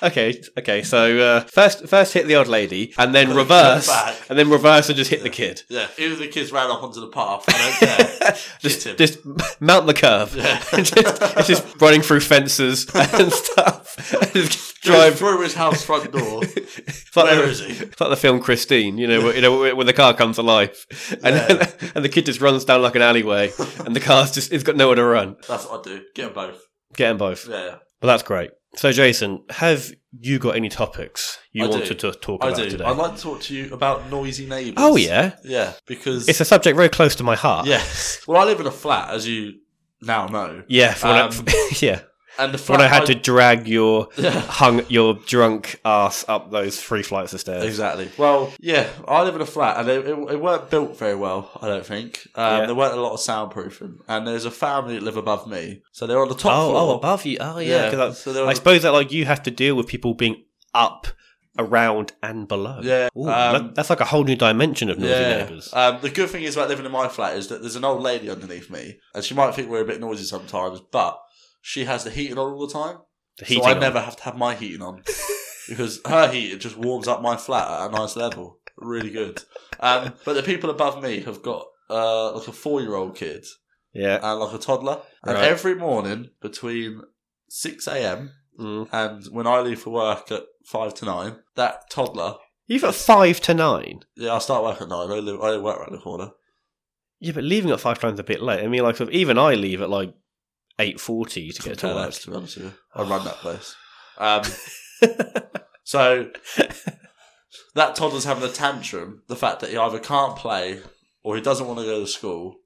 Speaker 1: Okay. Okay. So uh, first, first hit the old lady, and then reverse,
Speaker 2: Back.
Speaker 1: and then reverse and just hit the kid.
Speaker 2: Yeah. Even the kids ran off onto the path. I don't care.
Speaker 1: just,
Speaker 2: Hit him.
Speaker 1: just mount the curve.
Speaker 2: Yeah.
Speaker 1: It's just, it's just running through fences and stuff. Just drive.
Speaker 2: Drive through his house front door.
Speaker 1: It's like,
Speaker 2: Where
Speaker 1: the,
Speaker 2: is he?
Speaker 1: it's like the film Christine, you know, where, you know, where, where the car comes alive, and and the kid just runs down like an alleyway, and the car's just it's got nowhere to run.
Speaker 2: That's what I do. Get them both.
Speaker 1: Get 'em both.
Speaker 2: Yeah. yeah.
Speaker 1: Well, that's great. So, Jason, have you got any topics you
Speaker 2: I do.
Speaker 1: wanted to talk
Speaker 2: I
Speaker 1: about
Speaker 2: do.
Speaker 1: today?
Speaker 2: I'd like to talk to you about noisy neighbours.
Speaker 1: oh yeah,
Speaker 2: Yeah. Because
Speaker 1: it's a subject very close to my heart.
Speaker 2: yes. Well, I live in a flat, as you now know,
Speaker 1: yeah, for when I-
Speaker 2: Um,
Speaker 1: yeah.
Speaker 2: and the flat
Speaker 1: When I had
Speaker 2: I-
Speaker 1: to drag your
Speaker 2: Yeah.
Speaker 1: hung your drunk ass up those three flights of stairs.
Speaker 2: Exactly. Well, yeah, I live in a flat and it, it, it weren't built very well, I don't think. Um,
Speaker 1: Yeah.
Speaker 2: There weren't a lot of soundproofing. And there's a family that live above me. So they're on the top
Speaker 1: Oh, oh,
Speaker 2: floor.
Speaker 1: above you. Oh, yeah. 'cause
Speaker 2: so
Speaker 1: I,
Speaker 2: they're on
Speaker 1: I
Speaker 2: the-
Speaker 1: suppose that like you have to deal with people being up, around, and below.
Speaker 2: Yeah,
Speaker 1: Ooh,
Speaker 2: um,
Speaker 1: that- that's like a whole new dimension of noisy neighbours.
Speaker 2: Um, the good thing is about living in my flat is that there's an old lady underneath me, and she might think we're a bit noisy sometimes, but she has the heating on all the time,
Speaker 1: The
Speaker 2: so
Speaker 1: heating
Speaker 2: I
Speaker 1: on.
Speaker 2: never have to have my heating on because her heater just warms up my flat at a nice level. Really good. Um, but the people above me have got uh, like a four-year-old kid
Speaker 1: Yeah.
Speaker 2: and like a toddler, and
Speaker 1: Right.
Speaker 2: every morning between six a.m.
Speaker 1: Mm.
Speaker 2: and when I leave for work at five to nine, that toddler.
Speaker 1: You've got five to nine.
Speaker 2: Yeah, I start work at nine. I, live, I work around the corner.
Speaker 1: Yeah, but leaving at five times a bit late. I mean, like, sort of, even I leave at like eight forty to get to
Speaker 2: Compare
Speaker 1: work.
Speaker 2: that, to be honest with you. Uh, I run that place. Um, so that toddler's having a tantrum. The fact that he either can't play, or he doesn't want to go to school,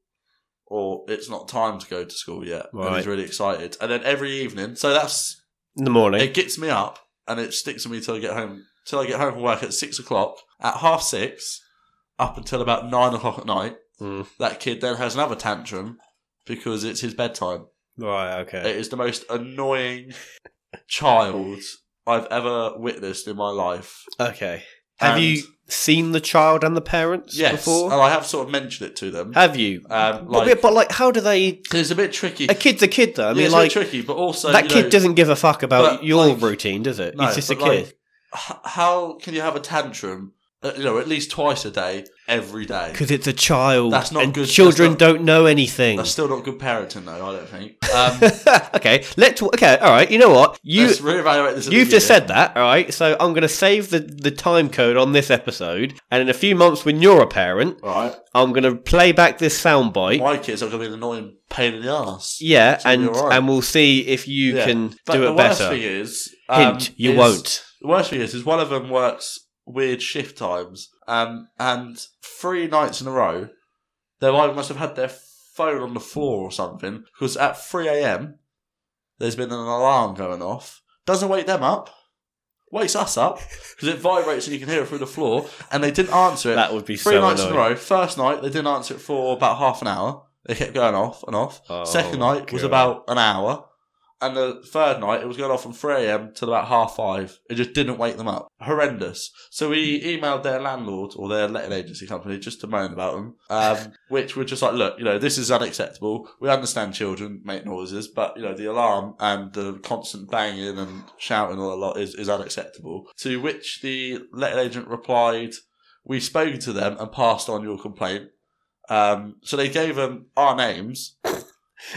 Speaker 2: or it's not time to go to school yet, and
Speaker 1: Right.
Speaker 2: he's really excited. And then every evening, so that's
Speaker 1: In the morning.
Speaker 2: it gets me up, and it sticks with me till I get home. Till I get home from work at six o'clock. At half six, up until about nine o'clock at night,
Speaker 1: Mm.
Speaker 2: that kid then has another tantrum because it's his bedtime.
Speaker 1: Right. Okay.
Speaker 2: It is the most annoying child I've ever witnessed in my life.
Speaker 1: okay. Have
Speaker 2: And-
Speaker 1: you seen the child and the parents
Speaker 2: Yes,
Speaker 1: before?
Speaker 2: and I have sort of mentioned it to them.
Speaker 1: have you?
Speaker 2: Um,
Speaker 1: But-
Speaker 2: like-
Speaker 1: but like, how do they?
Speaker 2: It's a bit tricky.
Speaker 1: A kid's a kid, though. I
Speaker 2: Yeah,
Speaker 1: mean,
Speaker 2: it's
Speaker 1: like
Speaker 2: a bit tricky, but also
Speaker 1: that
Speaker 2: you
Speaker 1: kid
Speaker 2: know,
Speaker 1: doesn't give a fuck about
Speaker 2: but,
Speaker 1: your
Speaker 2: like-
Speaker 1: routine, does it?
Speaker 2: no,
Speaker 1: He's just a
Speaker 2: but, like,
Speaker 1: kid.
Speaker 2: h- how can you have a tantrum uh, you know, at least twice a day, every day.
Speaker 1: Because it's a child.
Speaker 2: That's not
Speaker 1: and
Speaker 2: good-
Speaker 1: Children
Speaker 2: that's
Speaker 1: don't know anything.
Speaker 2: That's still not good parenting, though. I don't think. Um,
Speaker 1: okay, let's. Okay, all right. You know what? You
Speaker 2: let's reevaluate this. at the
Speaker 1: You've just
Speaker 2: year.
Speaker 1: said that, all right? So I'm going to save the, the time code on this episode, and in a few months, when you're a parent,
Speaker 2: Right,
Speaker 1: I'm going to play back this soundbite.
Speaker 2: my kids are going to be an annoying pain in the ass.
Speaker 1: yeah,
Speaker 2: So
Speaker 1: and
Speaker 2: you're right.
Speaker 1: and we'll see if you
Speaker 2: Yeah.
Speaker 1: can
Speaker 2: But
Speaker 1: do
Speaker 2: the
Speaker 1: it
Speaker 2: worst
Speaker 1: better.
Speaker 2: thing is, um,
Speaker 1: Hint: you
Speaker 2: is-
Speaker 1: won't.
Speaker 2: The worst thing is, is one of them works weird shift times, um, and three nights in a row, their wife must have had their phone on the floor or something because at three a.m. there's been an alarm going off. Doesn't wake them up. Wakes us up because it vibrates and you can hear it through the floor, and they didn't answer it.
Speaker 1: That would be
Speaker 2: Three
Speaker 1: so
Speaker 2: nights
Speaker 1: annoying.
Speaker 2: in a row. First night, they didn't answer it for about half an hour. They kept going off and off.
Speaker 1: Oh,
Speaker 2: Second night was
Speaker 1: God.
Speaker 2: about an hour. And the third night, it was going off from 3 a.m. till about half five. It just didn't wake them up. Horrendous. So we emailed their landlord or their letting agency company just to moan about them, um, which were just like, look, you know, this is unacceptable. We understand children make noises, but, you know, the alarm and the constant banging and shouting all a lot is, is unacceptable. To which the letting agent replied, we spoke to them and passed on your complaint. Um, so they gave them our names,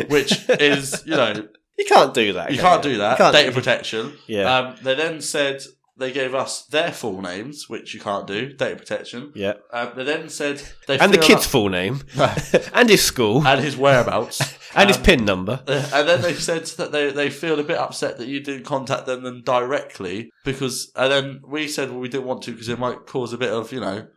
Speaker 2: which is, you know,
Speaker 1: You can't do that.
Speaker 2: you
Speaker 1: can
Speaker 2: can't do that.
Speaker 1: You can't-
Speaker 2: Data protection.
Speaker 1: Yeah.
Speaker 2: Um, they then said they gave us their full names, which you can't do. Data protection.
Speaker 1: yeah.
Speaker 2: Um, they then said they
Speaker 1: And the
Speaker 2: feel
Speaker 1: kid's full name,
Speaker 2: like- Um,
Speaker 1: and his school, and,
Speaker 2: and his whereabouts.
Speaker 1: his
Speaker 2: um,
Speaker 1: pin number.
Speaker 2: and then they said that they, they feel a bit upset that you didn't contact them then directly because and then we said well we didn't want to because it might cause a bit of you know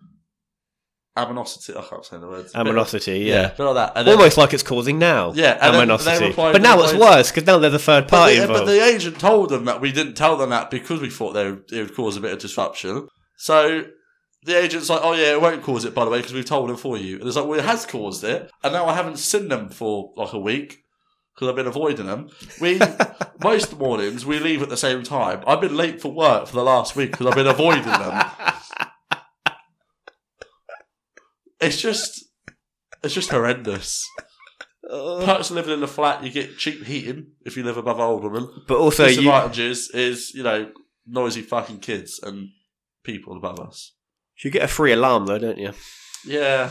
Speaker 2: aminosity I can't say the words A bit of-
Speaker 1: Aminosity, yeah.
Speaker 2: a bit like that and then,
Speaker 1: Almost like it's causing now.
Speaker 2: Yeah, and then
Speaker 1: aminosity.
Speaker 2: they replied-
Speaker 1: but now it's
Speaker 2: replied-
Speaker 1: worse because now they're the third
Speaker 2: but,
Speaker 1: party
Speaker 2: the, but
Speaker 1: involved.
Speaker 2: the agent told them that we didn't tell them that because we thought they would, it would cause a bit of disruption so the agent's like oh yeah it won't cause it by the way because we've told them for you and it's like well it has caused it and now I haven't seen them for like a week because I've been avoiding them. We most mornings we leave at the same time. I've been late for work for the last week because I've been avoiding them. It's just, it's just horrendous.
Speaker 1: Uh,
Speaker 2: Perks of living in a flat, you get cheap heating if you live above an old woman.
Speaker 1: but also,
Speaker 2: So
Speaker 1: you,
Speaker 2: Disadvantages is you know noisy fucking kids and people above us.
Speaker 1: you get a free alarm though, don't you?
Speaker 2: Yeah,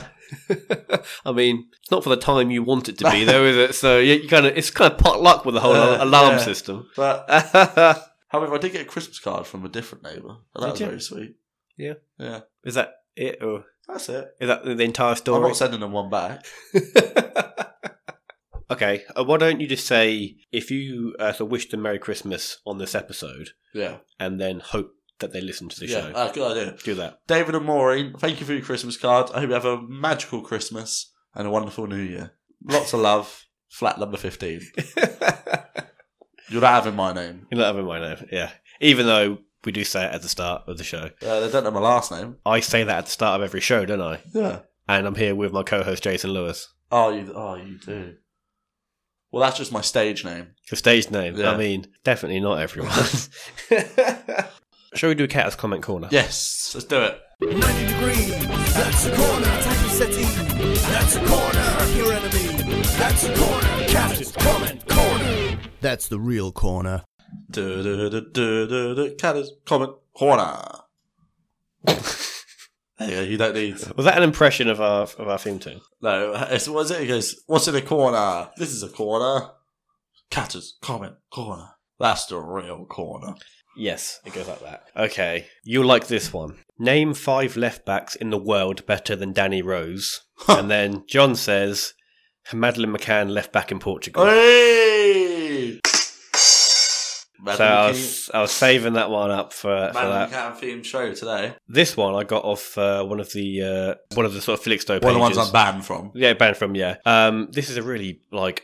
Speaker 1: I mean, it's not for the time you want it to be, though, is it? So you, you kind of it's kind of pot luck with the whole
Speaker 2: Uh,
Speaker 1: alarm
Speaker 2: yeah.
Speaker 1: system.
Speaker 2: but
Speaker 1: is
Speaker 2: however, I did get a Christmas card from a different neighbour. and That
Speaker 1: Did
Speaker 2: was
Speaker 1: you?
Speaker 2: very sweet.
Speaker 1: that it, or
Speaker 2: That's it.
Speaker 1: is that the entire
Speaker 2: I'm
Speaker 1: story?
Speaker 2: not sending them one back.
Speaker 1: okay, uh, why don't you just say if you uh, so wish them Merry Christmas on this episode,
Speaker 2: Yeah,
Speaker 1: and then hope that they listen to the
Speaker 2: yeah,
Speaker 1: show.
Speaker 2: ah, good idea.
Speaker 1: Do that.
Speaker 2: David and Maureen, thank you for your Christmas card. I hope you have a magical Christmas and a wonderful New Year. Lots of love. Flat number 15. You're not having my name.
Speaker 1: You know, having my name, yeah. Even though we do say it at the start of the show,
Speaker 2: Uh, they don't know my last name.
Speaker 1: I say that at the start of every show, don't I?
Speaker 2: Yeah.
Speaker 1: And I'm here with my co-host Jason Lewis.
Speaker 2: Oh, you, oh, you do. Well, that's just my stage name.
Speaker 1: Your stage name.
Speaker 2: Yeah.
Speaker 1: I mean, definitely not everyone. Shall we do Cat's comment corner?
Speaker 2: Yes, let's do it.
Speaker 4: 90 degrees, that's a corner. Type of settee, that's a corner. Your enemy, that's a corner. Cat is coming, corner. That's the real corner.
Speaker 2: Do, do, do, do, do, do. Cat is comment corner. there you go. You don't need.
Speaker 1: Was that an impression of our of our theme tune?
Speaker 2: No, it's, what's it? He goes, What's in the corner? This is a corner. Cat is comment corner. That's the real corner.
Speaker 1: Yes, it goes like that. Okay, you'll like this one. Name five left backs in the world better than Danny Rose, and then John says Madeline McCann left back in Portugal.
Speaker 2: Oh, Hey!
Speaker 1: so I was, I was saving that one up for, for that.
Speaker 2: theme show today.
Speaker 1: This one I got off uh, one of the uh, one of the sort of Felixstowe pages.
Speaker 2: One of the ones I'm banned from.
Speaker 1: Yeah, banned from, yeah. Um, this is a really, like,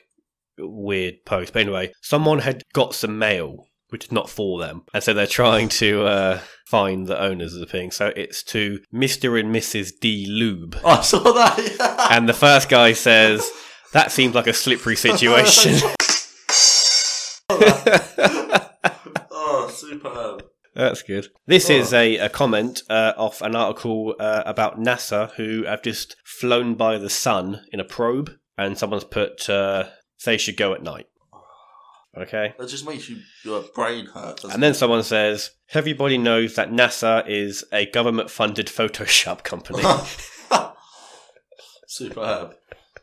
Speaker 1: weird post. But anyway, someone had got some mail, which is not for them. And so they're trying to uh, find the owners of the thing. So it's to Mr. and Mrs. D. Lube.
Speaker 2: Oh, I saw that.
Speaker 1: And the first guy says, that seems like a slippery situation.
Speaker 2: oh, superb.
Speaker 1: That's good. This is a, a comment uh, off an article uh, about NASA who have just flown by the sun in a probe, and someone's put uh, they should go at night. Okay.
Speaker 2: That just makes you your brain hurt. doesn't
Speaker 1: And then someone says, everybody knows that NASA is a government funded Photoshop company.
Speaker 2: it? Superb.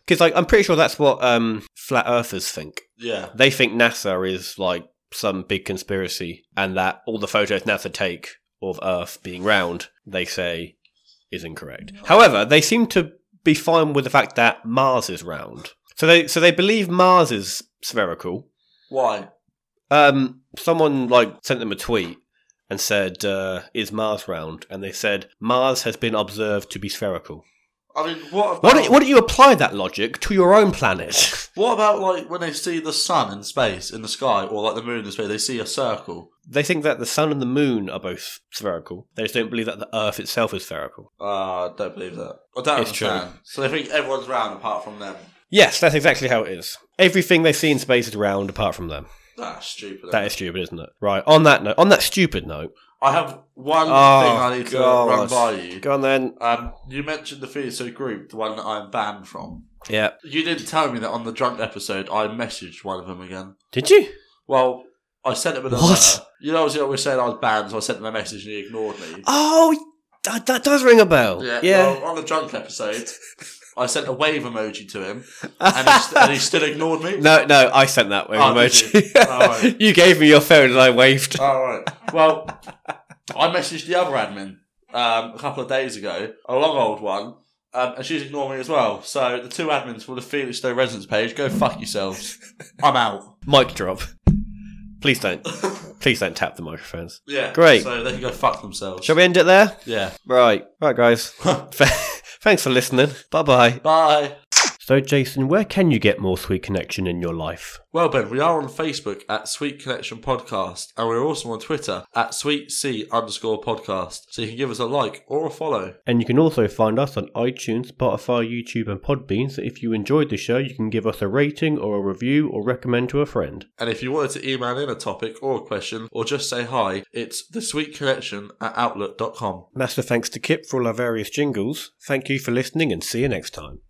Speaker 1: Because like, I'm pretty sure that's what um, flat earthers think.
Speaker 2: Yeah.
Speaker 1: They think NASA is like some big conspiracy and that all the photos NASA take of Earth being round, they say is incorrect. However, they seem to be fine with the fact that Mars is round. So they so they believe Mars is spherical.
Speaker 2: Why?
Speaker 1: Um, someone like sent them a tweet and said, uh, "Is Mars round?" And they said, "Mars has been observed to be spherical."
Speaker 2: I mean, what about,
Speaker 1: Why don't, why don't you apply that logic to your own planet?
Speaker 2: what about like when they see the sun in space in the sky or like the moon in space, they see a circle.
Speaker 1: they think that the sun and the moon are both spherical. They just don't believe that the Earth itself is spherical.
Speaker 2: Uh, I don't believe that. I don't
Speaker 1: It's true.
Speaker 2: understand. So they think everyone's round apart from them.
Speaker 1: Yes, that's exactly how it is. Everything they see in space is round, apart from them.
Speaker 2: That's stupid.
Speaker 1: That is stupid, isn't it? Right. On that note, on that stupid note,
Speaker 2: I have one
Speaker 1: Oh,
Speaker 2: thing I need to
Speaker 1: God.
Speaker 2: run by you.
Speaker 1: go on then.
Speaker 2: Um, you mentioned the Fiso group, the one that I'm banned from.
Speaker 1: Yeah.
Speaker 2: You didn't tell me that on the drunk episode I messaged one of them again.
Speaker 1: Did you?
Speaker 2: Well, I sent him another.
Speaker 1: What?
Speaker 2: You know, obviously I was saying I was banned, so I sent him a message and he ignored me.
Speaker 1: Oh, that, that does ring a bell.
Speaker 2: Yeah.
Speaker 1: Oh, Yeah.
Speaker 2: Well, on the drunk episode, I sent a wave emoji to him, and he, st- and he still ignored me.
Speaker 1: No, no, I sent that wave
Speaker 2: Oh, did
Speaker 1: emoji.
Speaker 2: you? Oh.
Speaker 1: you gave me your phone and I waved.
Speaker 2: All right. Well, I messaged the other admin um, a couple of days ago, a long old one, um, and she's ignoring me as well. So the two admins for the Felixstowe residence page, go fuck yourselves. I'm out.
Speaker 1: Mic drop. Please don't. Please don't tap the microphones.
Speaker 2: Yeah.
Speaker 1: Great.
Speaker 2: So they can go fuck themselves.
Speaker 1: Shall we end it there?
Speaker 2: Yeah.
Speaker 1: Right. Right, guys. Thanks for listening. Bye bye.
Speaker 2: Bye.
Speaker 1: So, Jason, where can you get more Sweet Connection in your life?
Speaker 2: Well, Ben, we are on Facebook at Sweet Connection Podcast, and we're also on Twitter at Sweet C underscore podcast. So you can give us a like or a follow.
Speaker 1: And you can also find us on iTunes, Spotify, YouTube, and Podbean. So, if you enjoyed the show, you can give us a rating or a review or recommend to a friend.
Speaker 2: And if you wanted to email in a topic or a question or just say hi, it's the Sweet Connection at outlook.com.
Speaker 1: Master thanks to Kip for all our various jingles. Thank you for listening and see you next time.